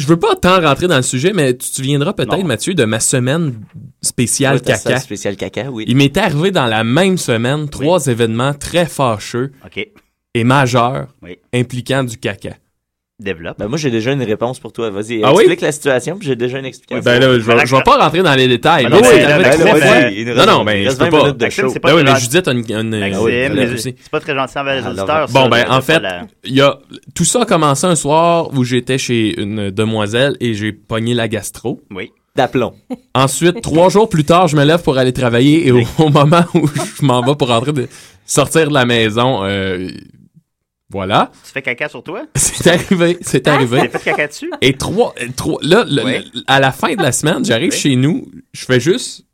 S8: je veux pas tant rentrer dans le sujet, mais tu te souviendras peut-être, Mathieu, de ma semaine spéciale
S10: Ouais, ta
S8: caca.
S10: semaine spéciale caca, Eh oui.
S8: Il m'est arrivé dans la même semaine trois événements très fâcheux et majeurs
S7: Oui.
S8: impliquant du caca.
S7: Développe.
S10: Ben, moi, j'ai déjà une réponse pour toi. Vas-y,
S8: Ah oui?
S10: explique la situation, puis j'ai déjà une explication.
S8: Ben là, je vais, je vais pas rentrer dans les détails.
S10: Ben
S8: mais
S10: non,
S8: c'est
S10: ben,
S8: arrivé
S10: ben,
S8: trois
S10: ben,
S8: fois.
S10: il reste-
S8: Non, non,
S10: il
S8: ben, je
S10: reste
S8: peux
S10: 20
S8: pas.
S10: minutes de show.
S8: Ben
S7: pas
S8: oui, mais
S7: gentil.
S8: Judith a une- une...
S7: Oh. Maxime,
S8: ouais, elle a
S7: les-
S8: aussi.
S7: c'est pas très gentil envers les auditeurs. ça, euh,
S8: Bon, ben,
S7: de- de
S8: en
S7: pas
S8: fait,
S7: la-
S8: il y a, tout ça a commencé un soir où j'étais chez une demoiselle et j'ai pogné la gastro.
S7: Oui.
S10: D'aplomb.
S8: Ensuite, trois jours plus tard, je me lève pour aller travailler et au, au moment où je m'en vais pour rentrer de, sortir de la maison, euh, voilà.
S7: Tu fais caca sur toi?
S8: C'est arrivé, c'est arrivé.
S7: T'as fait caca dessus?
S8: Et trois, euh, trois là, le-
S7: Ouais.
S8: le- à la fin de la semaine, j'arrive
S7: Oui.
S8: chez nous, je fais juste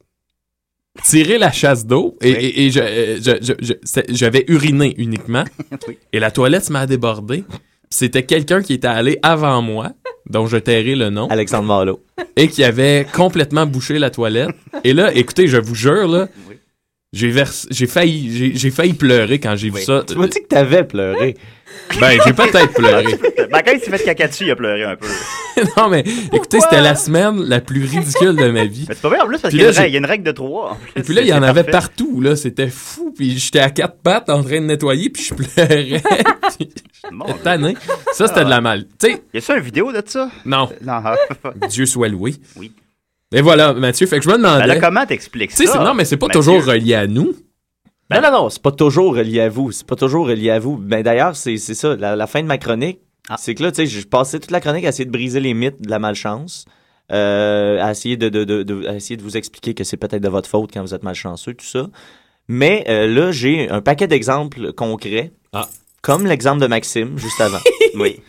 S8: tirer la chasse d'eau et, et- et je- euh, je- je- je- c'est- j'avais uriné uniquement. Et la toilette m'a débordé. C'était quelqu'un qui était allé avant moi, dont je tairai le nom.
S10: Alexandre Marlowe.
S8: Et qui avait complètement bouché la toilette. Et là, écoutez, je vous jure, là, j'ai versé- j'ai failli, j'ai- j'ai failli pleurer quand j'ai vu ça.
S10: Tu m'as dit que t'avais pleuré.
S8: Ben, j'ai peut-être pleuré.
S7: Ben, quand il s'est fait caca dessus, il a pleuré un peu.
S8: non, mais écoutez, c'était la semaine la plus ridicule de ma vie.
S7: C'est pas vrai, en plus, parce
S8: Puis
S7: qu'il y, a
S8: là,
S7: une règle-
S8: j'ai-
S7: il y a une règle de trois. en plus.
S8: Et puis là, il y
S7: C'est
S8: en avait
S7: parfait.
S8: partout, là. C'était fou. Puis j'étais à quatre pattes en train de nettoyer, puis je pleurais. puis j'étais tanné. Ça, c'était de la mal. Tu sais.
S7: Y a-tu une vidéo de ça?
S8: Non.
S7: Non.
S8: Dieu soit loué.
S7: Oui.
S8: Et voilà, Mathieu. Fait que je me demandais.
S7: Ben là, comment t'expliques
S8: Tu sais,
S7: ça?
S8: c'est- non, mais c'est pas
S7: Mathieu?
S8: toujours relié à nous.
S10: Ben non, non, non, c'est pas toujours relié à vous. C'est pas toujours relié à vous. Ben, d'ailleurs, c'est c'est ça, la, la fin de ma chronique.
S7: Ah.
S10: C'est que là, tu sais, je passais toute la chronique à essayer de briser les mythes de la malchance, euh, à, essayer de, de, de, de- à essayer de vous expliquer que c'est peut-être de votre faute quand vous êtes malchanceux, tout ça. Mais euh, là, j'ai un paquet d'exemples concrets,
S8: Ah.
S10: comme l'exemple de Maxime, juste avant. oui.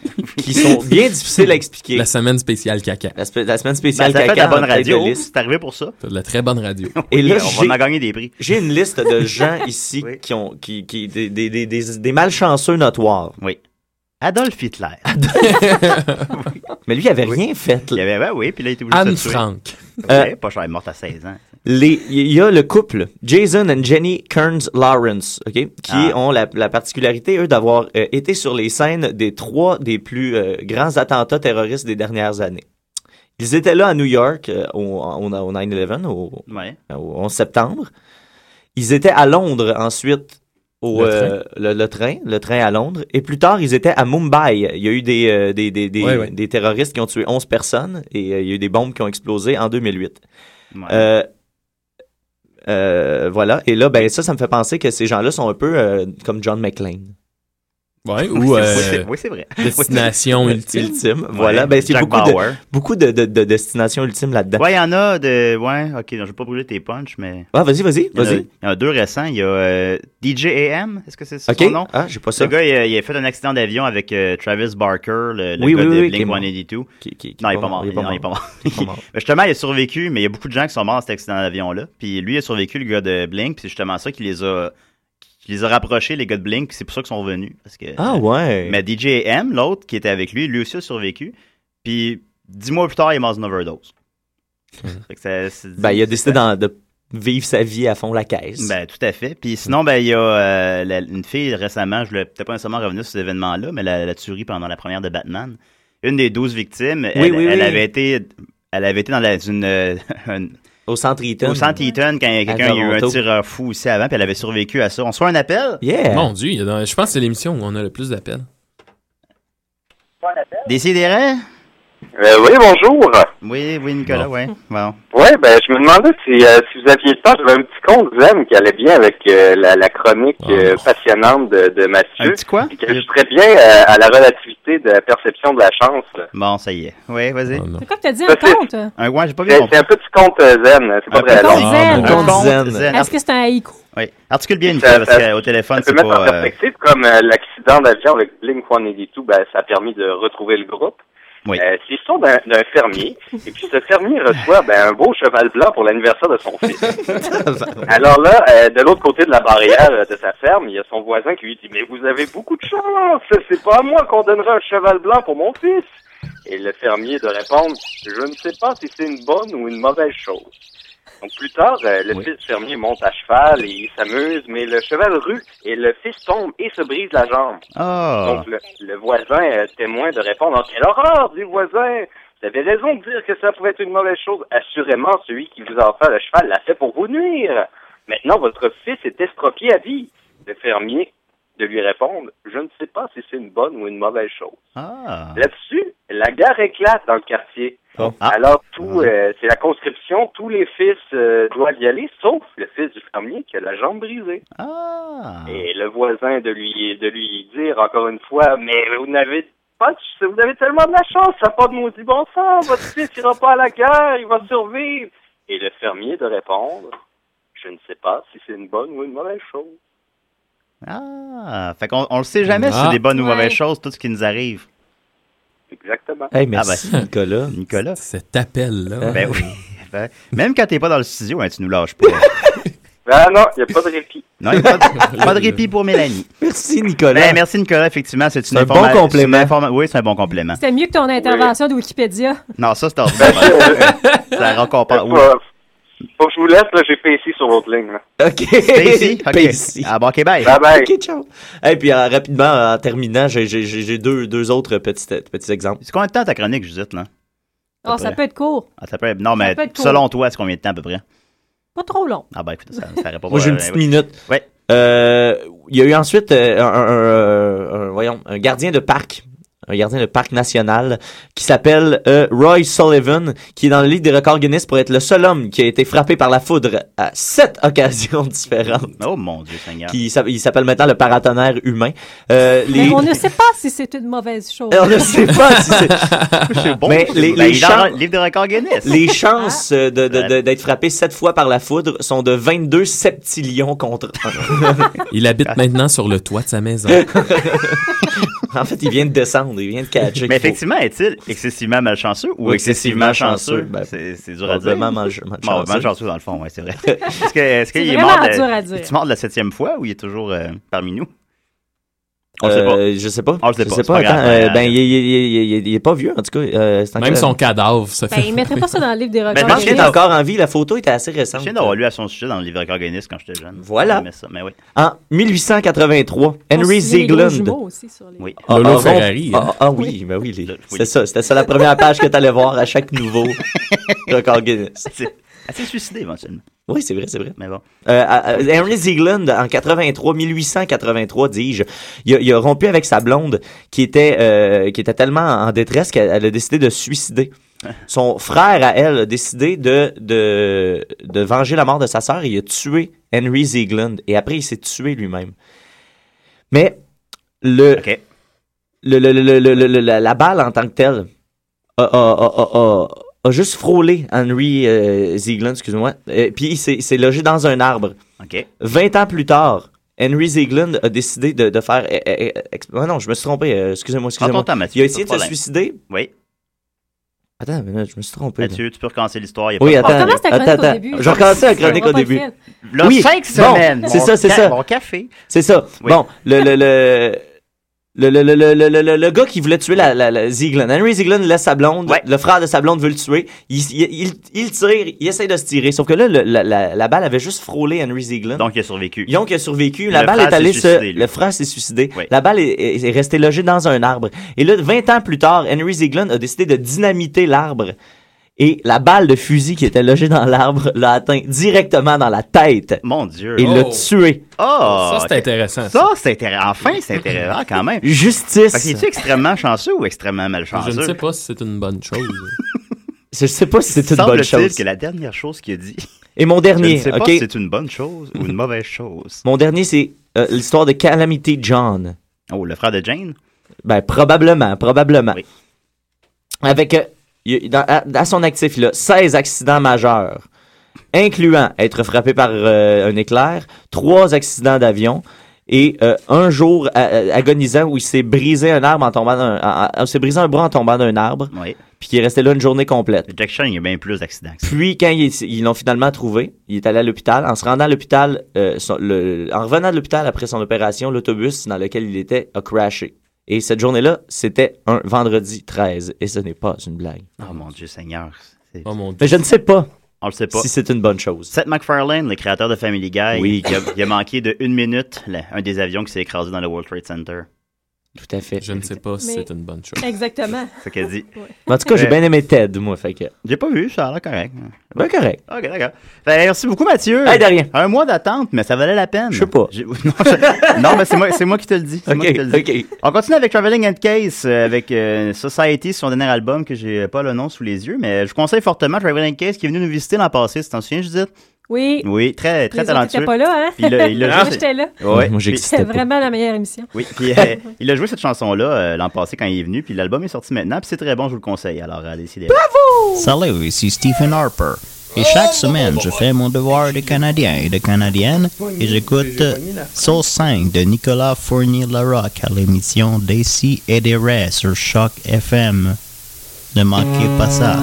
S10: Qui sont bien difficiles à expliquer.
S8: La semaine spéciale caca.
S10: La, spe- la semaine
S7: Ben,
S10: spéciale
S7: ça fait de
S10: caca
S7: la
S10: en
S7: bonne
S10: tête de
S7: radio.
S10: liste.
S7: C'est arrivé pour ça.
S8: De la très bonne radio.
S10: Et là,
S7: on va en
S10: j'ai-
S7: gagner des prix.
S10: J'ai une liste de gens ici qui ont qui, qui- des, des, des, des- des malchanceux notoires.
S7: Oui. Adolf Hitler.
S10: Mais lui, il avait rien fait.
S7: Il y avait, ben oui, puis là, il était obligé de
S10: Anne
S7: se tuer.
S10: Frank.
S7: Ouais,
S10: Euh,
S7: pas cher, elle est morte à 16 ans.
S10: Les- Il y a le couple, Jason et Jenny Kearns Lawrence, ok, qui
S7: Ah.
S10: ont la, la particularité, eux, d'avoir euh, été sur les scènes des trois des plus euh, grands attentats terroristes des dernières années. Ils étaient là à New York euh, au, au- au 9-11, au, euh, au 11 septembre. Ils étaient à Londres ensuite, au,
S8: Le train.
S10: euh, le, le train, le train à Londres. Et plus tard, ils étaient à Mumbai. Il y a eu des, euh, des, des, des,
S8: Ouais, ouais.
S10: des terroristes qui ont tué 11 personnes et euh, il y a eu des bombes qui ont explosé en 2008. Euh, euh, voilà. Et là, ben ça, ça me fait penser que ces gens-là sont un peu euh, comme John McClane.
S8: Ouais, ou,
S10: Oui, c'est-
S8: euh,
S10: oui, c'est- oui, c'est vrai.
S8: Destination
S7: Euh,
S8: ultime.
S10: Voilà.
S7: Ouais,
S10: Ben, c'est
S7: Jack
S10: beaucoup, de,
S7: Bauer.
S10: beaucoup de, de- de destinations ultimes là-dedans.
S7: Ouais, il y en a de. Ouais, ok, non, je vais pas brûler tes punchs, mais.
S10: Ouais, Ah, vas-y,
S7: Il
S10: vas-y,
S7: y en a-
S10: vas-y.
S7: Il y en a deux récents. Il y a euh, DJ AM, est-ce que c'est ça
S10: Ok.
S7: son nom?
S10: Ah, j'ai pas ça.
S7: Le gars, il a, il a fait un accident d'avion avec euh, Travis Barker, le, le
S10: Oui,
S7: gars
S10: oui,
S7: de
S10: oui, qui est mort.
S7: Blink-182.
S10: Qui- qui- qui
S7: Non,
S10: est
S7: il est
S10: pas
S7: pas
S10: mort,
S7: mort.
S10: il est pas
S7: Non, il est pas
S10: mort.
S7: mort. Ben, justement, il a survécu, mais il y a beaucoup de gens qui sont morts dans cet accident d'avion-là. Puis lui, il a survécu, le gars de Blink, puis c'est justement ça qui les a... qui les a rapprochés, les gars de Blink, puis c'est pour ça qu'ils sont revenus. Parce que,
S10: Ah ouais.
S7: Mais DJ M, l'autre qui était avec lui, lui aussi a survécu. Puis dix mois plus tard, il est mort d'une overdose. Fait que ça- c'est-
S10: Hum. Ben, il a décidé d'en- de vivre sa vie à fond la caisse.
S7: ben, tout à fait. Puis sinon, ben, il y a euh, la- une fille récemment, je voulais peut-être pas nécessairement revenir sur cet événement-là, mais la, la tuerie pendant la première de Batman. Une des douze victimes, elle,
S10: oui,
S7: elle
S10: oui.
S7: avait été. Elle avait été dans la, une, euh, une-
S10: Au centre Eaton.
S7: Au centre Eaton, quand il y a
S10: À
S7: quelqu'un, il y a eu un
S10: Toronto.
S7: tireur fou aussi avant, puis elle avait survécu à ça. On se fait un appel?
S8: Mon Dieu, il y a dans- je pense que c'est l'émission où on a le plus d'appels.
S7: Décidérez?
S18: Euh, oui, bonjour.
S7: Oui, oui, Nicolas, ouais. Bon.
S18: Ouais, ben je me demandais si, euh, si vous aviez le temps. J'avais un petit compte Zen qui allait bien avec euh, la, la chronique euh, passionnante de, de Mathieu. Un petit
S7: quoi?
S18: Qui ajouterait bien euh, à la relativité de la perception de la chance.
S7: Bon, ça y est. Oui,
S8: Oh
S7: vas-y.
S9: C'est quoi que t'as dit un compte?
S7: Un ouais, j'ai pas vu
S18: C'est
S7: mon-
S18: c'est un petit compte euh, Zen. C'est pas très
S7: compte
S18: long.
S7: zen. Un compte
S18: zen.
S7: zen.
S9: Est-ce que c'est un haïku?
S7: Oui. Articule bien,
S18: Ça-
S7: Nicolas, parce
S18: ça-
S7: qu'au téléphone,
S18: Ça peut
S7: c'est
S18: mettre en
S7: pas. euh,
S18: perspective, comme euh, l'accident d'avion avec Blink-182, ben, ça a permis de retrouver le groupe. Euh, c'est l'histoire d'un, d'un fermier. Et puis ce fermier reçoit ben, un beau cheval blanc pour l'anniversaire de son fils. Alors là, euh, de l'autre côté de la barrière euh, de sa ferme, il y a son voisin qui lui dit Mais vous avez beaucoup de chance, c'est pas à moi qu'on donnera un cheval blanc pour mon fils. Et le fermier de répondre Je ne sais pas si c'est une bonne ou une mauvaise chose. Donc plus tard, euh, le fils du fermier monte à cheval et il s'amuse, mais le cheval rue et le fils tombe et se brise la jambe.
S7: Ah.
S18: Donc le, le voisin euh, témoin de répondre Oh, Quelle horreur, dit le voisin Vous avez raison de dire que ça pouvait être une mauvaise chose. Assurément, celui qui vous a offert le cheval l'a fait pour vous nuire. Maintenant, votre fils est estropié à vie. Le fermier de lui répondre Je ne sais pas si c'est une bonne ou une mauvaise chose.
S7: Ah.
S18: Là-dessus, la guerre éclate dans le quartier. Alors,
S7: Ah.
S18: tout, euh, c'est la conscription, tous les fils euh, doivent y aller, sauf le fils du fermier qui a la jambe brisée.
S7: Ah.
S18: Et le voisin de lui, de lui dire encore une fois, mais vous n'avez pas, de- vous avez tellement de la chance, ça n'a pas de maudit bon sens, votre fils ira pas à la guerre, il va survivre. Et le fermier de répondre, je ne sais pas si c'est une bonne ou une mauvaise chose.
S7: Ah, fait qu'on on le sait jamais si
S10: Ah.
S7: c'est des bonnes ou
S10: Ouais.
S7: mauvaises choses, tout ce qui nous arrive.
S18: Exactement.
S10: Hey, merci,
S7: Nicolas. Nicolas.
S8: Cet appel-là.
S7: Ben oui. Ben, même quand t'es pas dans le studio, hein, tu nous lâches pas.
S18: Ah non, il n'y a pas de répit.
S7: Non, il n'y a pas de, pas de répit pour Mélanie. Ben,
S10: Merci, Nicolas.
S7: merci, Nicolas. Effectivement, c'est une
S10: C'est un bon
S7: informa-
S10: complément.
S7: c'est une informa- Oui, c'est un bon complément.
S9: C'était mieux que ton intervention de Wikipédia.
S7: Non, ça, c'est ordinaire.
S18: Ben,
S7: Ça récompense. oui.
S18: Faut que je vous laisse, là, j'ai fait ici sur l'autre ligne. là.
S10: OK.
S7: Stay ici? OK. Ah bon, OK, bye. Bye bye.
S10: OK, ciao. Et puis, euh, rapidement, en terminant, j'ai- j'ai j'ai- j'ai deux, deux autres petits, petits exemples.
S7: C'est combien de temps ta chronique, Judith, là?
S9: Oh, ça
S7: près.
S9: peut être court.
S7: Ah, ça peut être- Non, mais
S9: peut être court.
S7: selon toi, c'est combien de temps à peu près?
S9: Pas trop long.
S7: Ah ben écoute, ça, ça répond
S10: Moi, j'ai une
S7: Ouais,
S10: petite
S7: ouais.
S10: minute. Euh, Il y a eu ensuite euh, un, euh, un- un- un- voyons, un gardien de parc, un gardien de parc national qui s'appelle euh, Roy Sullivan, qui est dans le livre des records Guinness pour être le seul homme qui a été frappé par la foudre à sept occasions différentes.
S7: Oh mon Dieu Seigneur.
S10: Qui s'app- il s'appelle maintenant le paratonnerre humain. Euh, les-
S9: Mais Ben, on ne sait pas si c'est une mauvaise chose.
S10: on ne sait pas si c'est. Mais les,
S7: Ben,
S10: les
S7: il est
S10: chan-
S7: dans le livre de record Guinness.
S10: les chances euh, de- de- de- d'être frappé sept fois par la foudre sont de 22 septillions contre un.
S8: Il habite maintenant sur le toit de sa maison.
S10: en fait, il vient de descendre, il vient de catcher.
S7: Mais effectivement, Ben, est-il excessivement malchanceux ou
S10: Ou
S7: excessivement
S10: excessivement
S7: chanceux?
S10: chanceux, ben,
S7: c'est c'est dur à dire.
S10: probablement malch-
S7: Bon,
S10: malchanceux.
S7: malchanceux, dans le fond, oui, c'est vrai. Est-ce que- est-ce
S10: C'est
S7: qu'il est,
S10: vraiment
S7: mort de,
S10: dur à dire.
S7: est-tu mort de la septième fois ou il est toujours euh, parmi nous?
S10: On
S7: le sait
S10: Euh, Je sais pas.
S7: On le sait
S10: Je
S7: pas,
S10: sais
S7: c'est pas
S10: pas.
S7: grave,
S10: attends,
S7: c'est pas
S10: euh,
S7: grave.
S10: ben, il, il- il- il- il est pas vieux, en tout cas. euh, c'est
S8: Même
S10: encore-
S8: son cadavre se
S9: Ben, il mettrait pas ça dans le livre des
S7: Ben,
S10: Mais je
S9: records.
S10: pense qu'il est
S9: Guinness.
S10: encore en vie. La photo était assez
S7: Je
S10: récente.
S7: viens d'avoir lu à son sujet dans le livre de record Guinness quand j'étais jeune.
S10: Voilà.
S7: J'aimais ça, mais oui.
S10: En 1883, Henry Ziegland.
S7: Oui. hein.
S10: Ah, ah, bon,
S8: Ferrari,
S10: Ah, ah oui, ben oui, les- c'est ça. C'était ça la première page que tu allais voir à chaque nouveau record Guinness.
S7: Elle s'est suicidée éventuellement.
S10: Oui, c'est vrai, c'est vrai.
S7: Mais bon.
S10: Euh, à- à- Henry Ziegland, en 83, 1883, dis-je, il, a- il a rompu avec sa blonde qui était, euh, qui était tellement en détresse qu'elle elle a décidé de se suicider. Son frère, à elle, a décidé de, de, de venger la mort de sa sœur et il a tué Henry Ziegland. Et après, il s'est tué lui-même. Mais le, le, le- le- le- le- le- la, la balle en tant que telle a, a- a- a- a- a juste frôlé Henry euh, Ziegland, excuse-moi, et puis il s'est il s'est logé dans un arbre.
S7: OK.
S10: 20 ans plus tard, Henry Ziegland a décidé de, de faire... eh, eh, eh, ex- ah non, je me suis trompé, euh, excusez-moi,
S7: Prends ton
S10: excusez-moi.
S7: temps, Mathieu. pas
S10: Il a essayé de se
S7: problème.
S10: suicider.
S7: Oui.
S10: Attends, mais là, je me suis trompé. là.
S7: Mathieu, tu peux recommencer l'histoire. Ah, il y a
S10: Oui,
S7: pas de
S10: attends,
S7: problème.
S10: attends, attends. Je vais recommencer la chronique au début.
S7: Là, cinq semaines.
S10: C'est
S7: Mon
S10: ça, c'est
S7: ca-
S10: ça.
S7: Mon café.
S10: C'est ça. Bon, le, le, le, le, le, le, le, le, le- le- le gars qui voulait tuer la, la, la Ziegland. Henry Ziegland laisse sa blonde. Le frère de sa blonde veut le tuer. Il, il, il, il tire, il essaie de se tirer. Sauf que là, le- la, la, la balle avait juste frôlé Henry Ziegland.
S7: Donc, il a survécu.
S10: Donc, il a survécu. La
S7: Le
S10: balle
S7: frère
S10: est allée
S7: s'est
S10: se.
S7: suicidé, lui.
S10: le frère s'est suicidé. La balle est, est- est restée logée dans un arbre. Et là, 20 ans plus tard, Henry Ziegland a décidé de dynamiter l'arbre. Et la balle de fusil qui était logée dans l'arbre l'a atteint directement dans la tête.
S7: Mon Dieu.
S10: Et l'a
S7: Oh.
S10: tué.
S7: Ah!
S10: Ça, c'est
S8: intéressant.
S7: Ça, c'est intéressant. Enfin, c'est intéressant quand même.
S10: Justice.
S7: Fait que es extrêmement chanceux ou extrêmement malchanceux?
S8: Je ne sais pas si c'est une bonne chose.
S10: Je sais pas si c'est une bonne
S7: Semble-t-il
S10: chose.
S7: que la dernière chose qu'il a dit.
S10: Et mon
S7: Je
S10: dernier,
S7: ne sais pas
S10: ok?
S7: si c'est une bonne chose ou une mauvaise chose.
S10: Mon dernier, c'est euh, l'histoire de Calamity John.
S7: Oh, le frère de Jane?
S10: Ben, probablement, probablement. Avec, euh, il- dans- à, à son actif, il a 16 accidents majeurs, incluant être frappé par euh, un éclair, 3 accidents d'avion Et euh, un jour a- a- agonisant où il s'est brisé un arbre en tombant d'un, en- en- il s'est brisé un bras en tombant d'un arbre. Puis qu'il est resté là une journée complète.
S7: Jack Chan, il y a bien plus d'accidents. que ça.
S10: Puis quand ils ils l'ont finalement trouvé, il est allé à l'hôpital. En se rendant à l'hôpital, euh, son- le- en revenant de l'hôpital après son opération, l'autobus dans lequel il était a crashé. Et cette journée-là, c'était un vendredi 13. Et ce n'est pas une blague.
S7: Oh mon Dieu Seigneur. C'est-
S8: Oh,
S10: Mais je ne sais pas.
S7: On le sait pas.
S10: Si c'est une bonne chose.
S7: Seth MacFarlane, le créateur de Family Guy,
S10: Oui.
S7: il, a, il a manqué de une minute le- un des avions qui s'est écrasé dans le World Trade Center.
S10: Tout à fait.
S7: Je ne sais
S8: pas si
S9: Mais-
S8: c'est une bonne chose.
S9: Exactement.
S7: C'est ce qu'elle dit.
S10: Mais en tout cas, j'ai
S7: Mais-
S10: bien aimé Ted, moi. Fait que...
S7: J'ai pas vu, ça a l'air correct.
S10: Ben correct.
S7: Ok, d'accord. Fait, merci beaucoup, Mathieu.
S10: Hey, de rien.
S7: Un mois d'attente, mais ça valait la peine. Je sais
S10: pas.
S7: Non, je- non, mais c'est moi, c'est moi qui te le dis. C'est moi qui te le dis. On continue avec Traveling and Case, euh, avec euh, Society, son dernier album, que j'ai pas le nom sous les yeux, mais je vous conseille fortement Traveling and Case, qui est venu nous visiter l'an passé, si t'en souviens, Judith?
S9: Oui.
S7: Oui, très, très
S9: Les autres étaient
S7: talentueux.
S9: pas là, hein?
S7: Puis il l'a- il l'a
S9: Moi,
S7: joué-
S9: j'étais là.
S7: Ouais.
S10: Moi,
S7: j'existais
S9: C'était
S7: pas.
S9: vraiment la meilleure émission.
S7: Oui, puis euh, il a joué cette chanson-là euh, l'an passé quand il est venu, puis l'album est sorti maintenant, puis c'est très bon, je vous le conseille. Alors, allez, décidez.
S19: Salut, ici Stephen Harper. Et chaque semaine, je fais mon devoir de Canadien et de Canadienne et j'écoute euh, Soul 5 de Nicolas Fournier-Larocque à l'émission Des Si et des Rêts sur Choc FM. Ne manquez pas ça.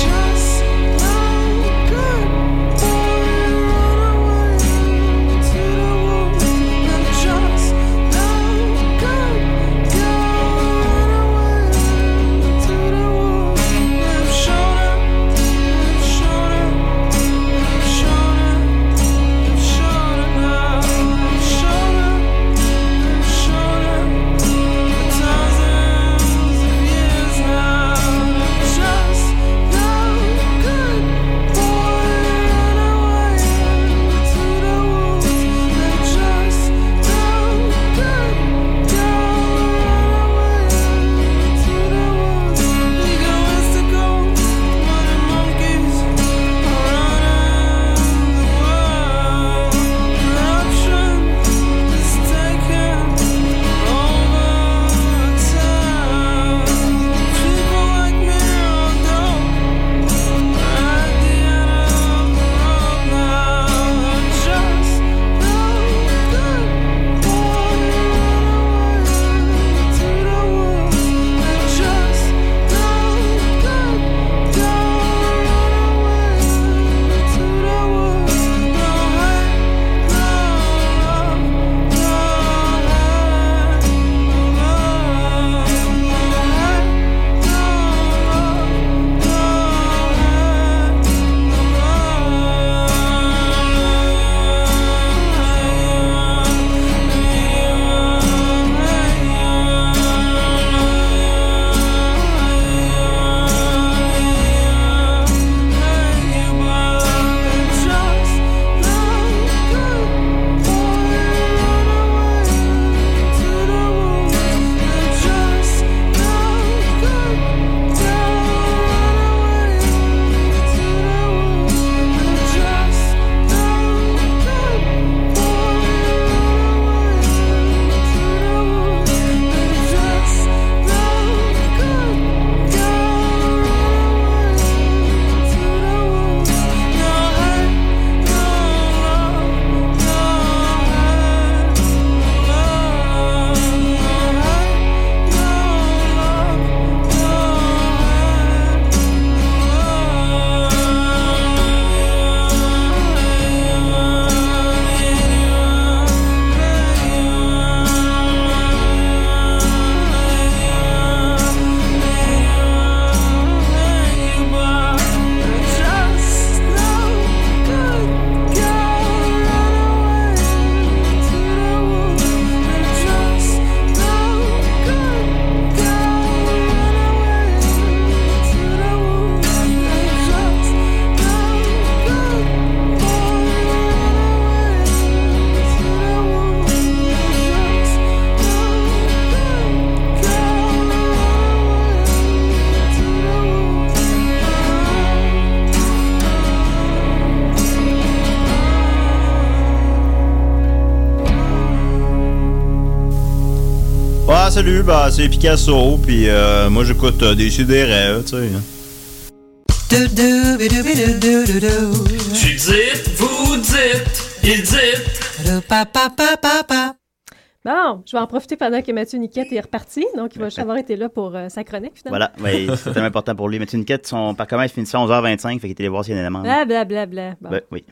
S5: Just no good for you. Run away to the wolves.
S20: salut, bah, c'est Picasso, puis euh, moi j'écoute euh, des rêves, tu sais. hein.
S14: Tu dites, vous dites, il dit.
S9: Bon, je vais en profiter pendant que Mathieu Niquette est reparti. Donc, il va juste avoir été là pour euh, sa chronique, finalement.
S7: Voilà, ouais, c'est tellement important pour lui. Mais une quête, son par comment il finissait à 11h25, fait qu'il était allé voir s'il y a un élément.
S9: Bla, bla, bla, bla. Ah, Bon.
S7: Ben, oui.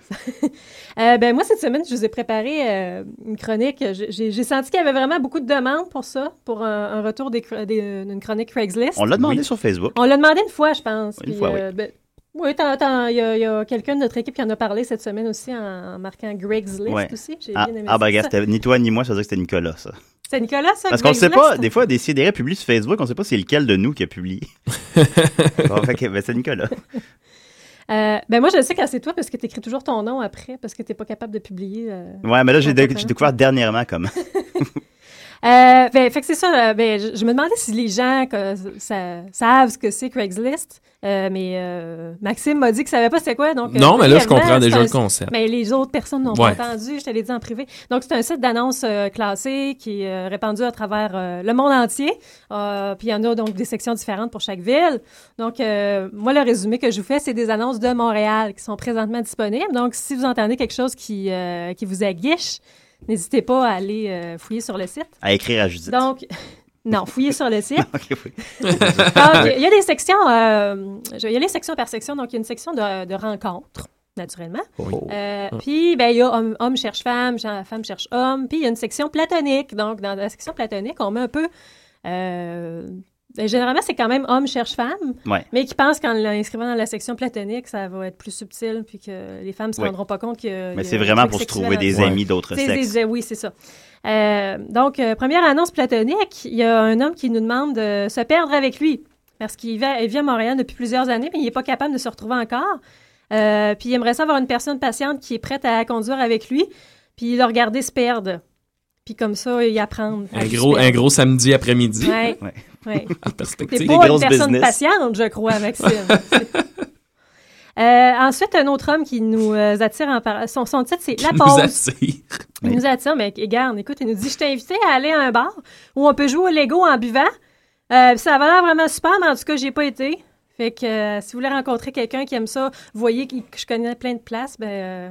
S9: Euh, ben, moi, cette semaine, je vous ai préparé euh, une chronique. J'ai- J'ai j'ai senti qu'il y avait vraiment beaucoup de demandes pour ça, pour un, un retour des cr- des- d'une chronique Craigslist.
S7: On l'a demandé sur Facebook.
S9: On l'a demandé une fois, je pense.
S7: Une
S9: Puis,
S7: fois, oui.
S9: euh, ben, oui, t'en- t'en- il y a, il y a quelqu'un de notre équipe qui en a parlé cette semaine aussi en, en marquant Greg's List
S7: Ouais.
S9: aussi. J'ai
S7: Ah,
S9: bien aimé
S7: ah, ben,
S9: ça.
S7: regarde, c'était ni toi ni moi, ça veut dire que c'était Nicolas, ça.
S9: C'est Nicolas, ça?
S7: Parce qu'on ne
S9: Greg's
S7: sait pas,
S9: List?
S7: des fois, des CDR publient sur Facebook, on ne sait pas c'est lequel de nous qui a publié. bon, fait que, ben, c'est Nicolas.
S9: Euh, ben moi, je sais quand c'est toi parce que tu écris toujours ton nom après parce que tu n'es pas capable de publier. euh,
S7: Ouais, mais là, j'ai
S9: ton
S7: dé-
S9: prénom.
S7: j'ai découvert dernièrement comment.
S9: Euh, ben, fait que c'est ça. euh, ben, je, je me demandais si les gens que, ça, savent ce que c'est Craigslist, euh, mais euh, Maxime m'a dit qu'il savait pas c'était quoi. Donc, euh,
S8: Non, mais là, je
S9: brièvement,
S8: comprends
S9: c'est
S8: déjà
S9: un-
S8: le concept.
S9: Mais les autres personnes n'ont
S8: Ouais.
S9: pas entendu, je te l'ai dit en privé. Donc, c'est un site d'annonces euh, classé qui est euh, répandu à travers euh, le monde entier. Euh, puis, il y en a donc des sections différentes pour chaque ville. Donc, euh, moi, le résumé que je vous fais, c'est des annonces de Montréal qui sont présentement disponibles. Donc, si vous entendez quelque chose qui, euh, qui vous aguiche, n'hésitez pas à aller euh, fouiller sur le site.
S7: À écrire à Judith.
S9: Donc, non, fouillez sur le site.
S7: Ok, oui.
S9: Donc, il y a des sections, euh, je- il y a les sections par section. Donc, il y a une section de, de rencontres, naturellement. Euh, Puis, ben, il y a homme, homme cherche femme, gen- femme cherche homme. Puis, il y a une section platonique. Donc, dans la section platonique, on met un peu. euh, ben, généralement, c'est quand même homme cherche femme,
S7: Ouais.
S9: mais qui pense qu'en l'inscrivant dans la section platonique, ça va être plus subtil, puis que les femmes ne se
S7: Ouais.
S9: rendront pas compte que.
S7: Mais c'est vraiment pour se trouver des amis d'autres
S9: C'est-
S7: sexes.
S9: c'est- oui, c'est ça. Euh, donc, euh, première annonce platonique, il y a un homme qui nous demande de se perdre avec lui parce qu'il va- il vit à Montréal depuis plusieurs années, mais il n'est pas capable de se retrouver encore. Euh, puis il aimerait ça avoir une personne patiente qui est prête à conduire avec lui, puis le regarder se perdre. Puis comme ça, y apprendre. à
S8: Un
S9: se
S8: gros,
S9: perdre.
S8: un gros samedi après-midi.
S9: Ouais. Ouais.
S8: En perspective.
S9: T'es pas une personne patiente, je crois, Maxime. C'est- Euh, ensuite, un autre homme qui nous euh, attire en par... son, son titre, c'est La
S8: nous
S9: pause.
S8: attire.
S9: Il nous attire, mais regarde, écoute, il nous dit Je t'ai invité à aller à un bar où on peut jouer au Lego en buvant. Euh, puis ça avait l'air vraiment super, mais en tout cas, j'ai pas été. Fait que euh, si vous voulez rencontrer quelqu'un qui aime ça, vous voyez que que je connais plein de places, ben. euh,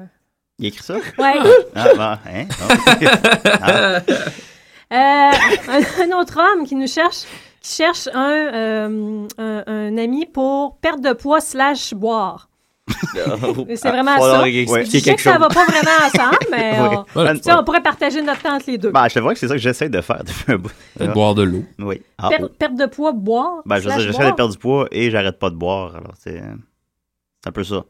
S7: Il écrit ça?
S9: Ouais.
S7: Ah, bah, hein? Ah.
S9: Euh, un, un autre homme qui nous cherche, qui cherche un, euh, un, un ami pour perdre de poids slash boire. Mais C'est vraiment ça. Je sais que ça va pas vraiment ensemble, mais
S7: Oui.
S9: on, tu sais, on pourrait partager notre temps entre les deux.
S7: Bah, je te vois que c'est ça que j'essaie de faire depuis un bout.
S8: Peut-être boire de l'eau.
S7: Oui. Ah,
S9: Per-
S7: oh.
S9: Perte de poids, boire.
S7: Ben, je veux
S9: slash
S7: dire, j'essaie de
S9: boire.
S7: perdre du poids et j'arrête pas de boire. Alors, c'est c'est un peu ça.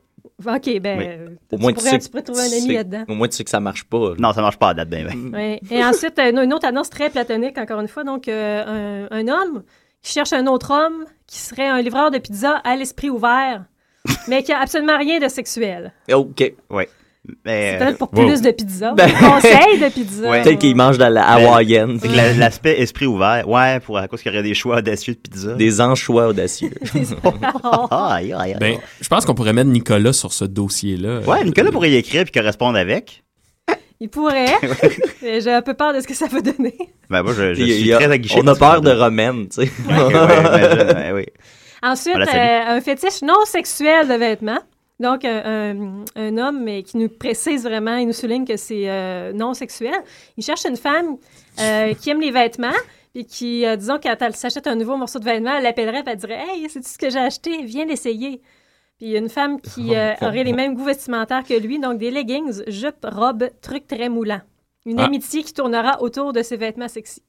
S9: OK, ben,
S7: Oui.
S9: euh, tu, pourrais, tu pourrais trouver un ami là-dedans.
S7: moins, tu sais que ça marche pas. Non, ça marche pas à date, ben, ben.
S9: Ouais. Et ensuite, euh, une autre annonce très platonique, encore une fois. Donc, euh, un, un homme qui cherche un autre homme qui serait un livreur de pizza à l'esprit ouvert, mais qui a absolument rien de sexuel.
S10: Oh, OK. Ben,
S7: Ouais. Euh,
S9: C'est peut-être pour plus de pizza.
S7: Ben,
S9: Conseil de pizza.
S10: Peut-être qu'il mange de la hawaïenne.
S7: Fait Ben, que la- L'aspect esprit ouvert, ouais, pour, à cause qu'il y aurait des choix audacieux de pizza.
S10: Des anchois audacieux.
S7: aïe, aïe, aïe.
S8: Ben, je pense qu'on pourrait mettre Nicolas sur ce dossier-là.
S7: Ouais, Nicolas pourrait y écrire puis correspondre avec.
S9: Il pourrait. mais J'ai un peu peur de ce que ça va donner.
S7: Ben, moi, je, je
S10: Il y a-
S7: suis
S10: il y a-
S7: très aguiché.
S10: on a peur de
S7: Romaine, tu sais. ouais, ben, oui.
S9: Ensuite,
S7: On la salue.
S9: euh, un fétiche non sexuel de vêtements. Donc, un, un- un homme mais qui nous précise vraiment, il nous souligne que c'est euh, non sexuel. Il cherche une femme euh, qui aime les vêtements et qui, euh, disons, quand elle s'achète un nouveau morceau de vêtement, elle l'appellerait et elle dirait Hey, c'est ce que j'ai acheté, viens l'essayer. Puis il y a une femme qui euh, aurait les mêmes goûts vestimentaires que lui, donc des leggings, jupes, robes, trucs très moulants. Une
S10: Ah.
S9: amitié qui tournera autour de ses vêtements sexy.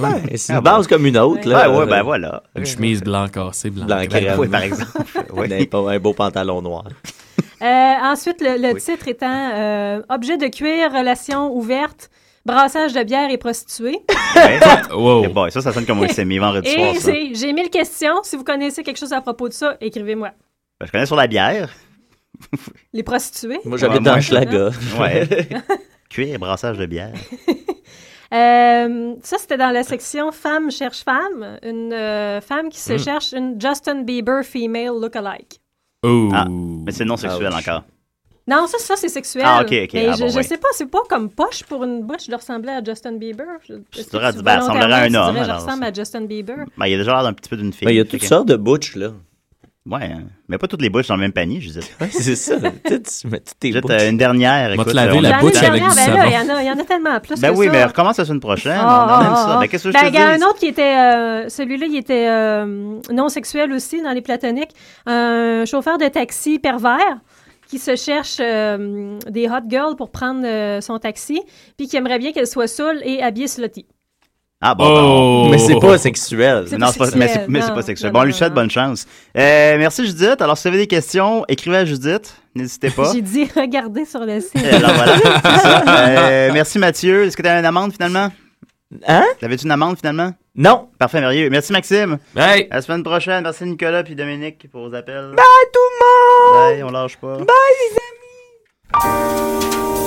S10: Ouais, c'est une base comme une autre. Là.
S7: Ah, Ouais, ouais, ben voilà.
S8: Une chemise blanc cassée, blanc.
S10: Blanc crème.
S7: Ouais, par exemple.
S10: Un beau- Un beau pantalon noir.
S9: Euh, ensuite, le, le titre étant euh, Objet de cuir, relations ouvertes, brassage de bière et prostituées.
S7: wow. Bon, ça, ça sonne comme un semi vendredi soir.
S9: et
S7: ça.
S9: c'est- j'ai mille questions. Si vous connaissez quelque chose à propos de ça, écrivez-moi.
S7: Ben, je connais sur la bière.
S9: Les prostituées.
S7: Mm.
S10: Moi, j'habite dans Schlaga.
S7: Ouais. Cuir et brassage de bière.
S9: Euh, ça, c'était dans la section Femmes cherche femme. Une euh, femme qui se
S7: Mm.
S9: cherche une Justin Bieber female look-alike.
S7: Ah, mais c'est non sexuel encore.
S9: Non, ça, ça c'est sexuel.
S7: Ah, ok, ok.
S9: Mais
S7: Ah,
S9: je,
S7: bon,
S9: je
S7: oui.
S9: sais pas, c'est pas comme poche pour une bouche de ressembler à Justin Bieber. Je, est-ce que
S7: dirais,
S9: tu-
S7: ben, elle
S9: volontairement,
S7: ressemblerait à un
S9: tu
S7: homme,
S9: dirais, Je
S7: alors,
S9: ressemble à Justin Bieber.
S7: Ben, il a déjà l'air d'un petit peu d'une fille.
S10: Ben, il y a toutes sortes
S7: de butch, là. Ouais, hein. mais pas toutes les butches dans le même panier, je disais.
S10: c'est ça. Tu mets toutes tes
S7: butches. une dernière.
S10: te
S7: écoute, euh,
S10: laver
S7: on-
S10: la
S9: L'année dernière, ben là, il y en a- il y, en a tellement plus
S7: Ben
S9: que
S7: oui,
S9: ça.
S7: mais recommence la semaine prochaine.
S9: Ah,
S7: on aime
S9: ah,
S7: ça.
S9: ah,
S7: Ben, qu'est-ce que
S9: ah.
S7: je
S9: Ben, il y a
S7: te dis?
S9: un autre qui était, euh, celui-là, il était euh, non sexuel aussi dans les platoniques. Un chauffeur de taxi pervers qui se cherche euh, des hot girls pour prendre euh, son taxi, puis qui aimerait bien qu'elle soit saoule et habillée slutty.
S7: Ah bon,
S10: Oh!
S7: bon.
S10: Mais c'est pas sexuel.
S7: Non, c'est pas, mais c'est, mais c'est
S9: non,
S7: pas sexuel.
S9: non,
S7: Bon, on lui souhaite bonne chance. Euh, merci Judith. Alors, si vous avez des questions, écrivez à Judith. N'hésitez pas.
S9: J'ai dit regardez sur le site.
S7: Alors voilà, c'est ça. Euh, merci Mathieu. Est-ce que tu as une amende finalement?
S10: Hein?
S7: T'avais-tu une amende finalement?
S10: Non.
S7: Parfait, merveilleux. Merci Maxime.
S10: Bye.
S7: À la semaine prochaine. Merci Nicolas puis Dominique pour vos appels.
S6: Bye tout le monde!
S7: Bye, on lâche pas.
S6: Bye les amis!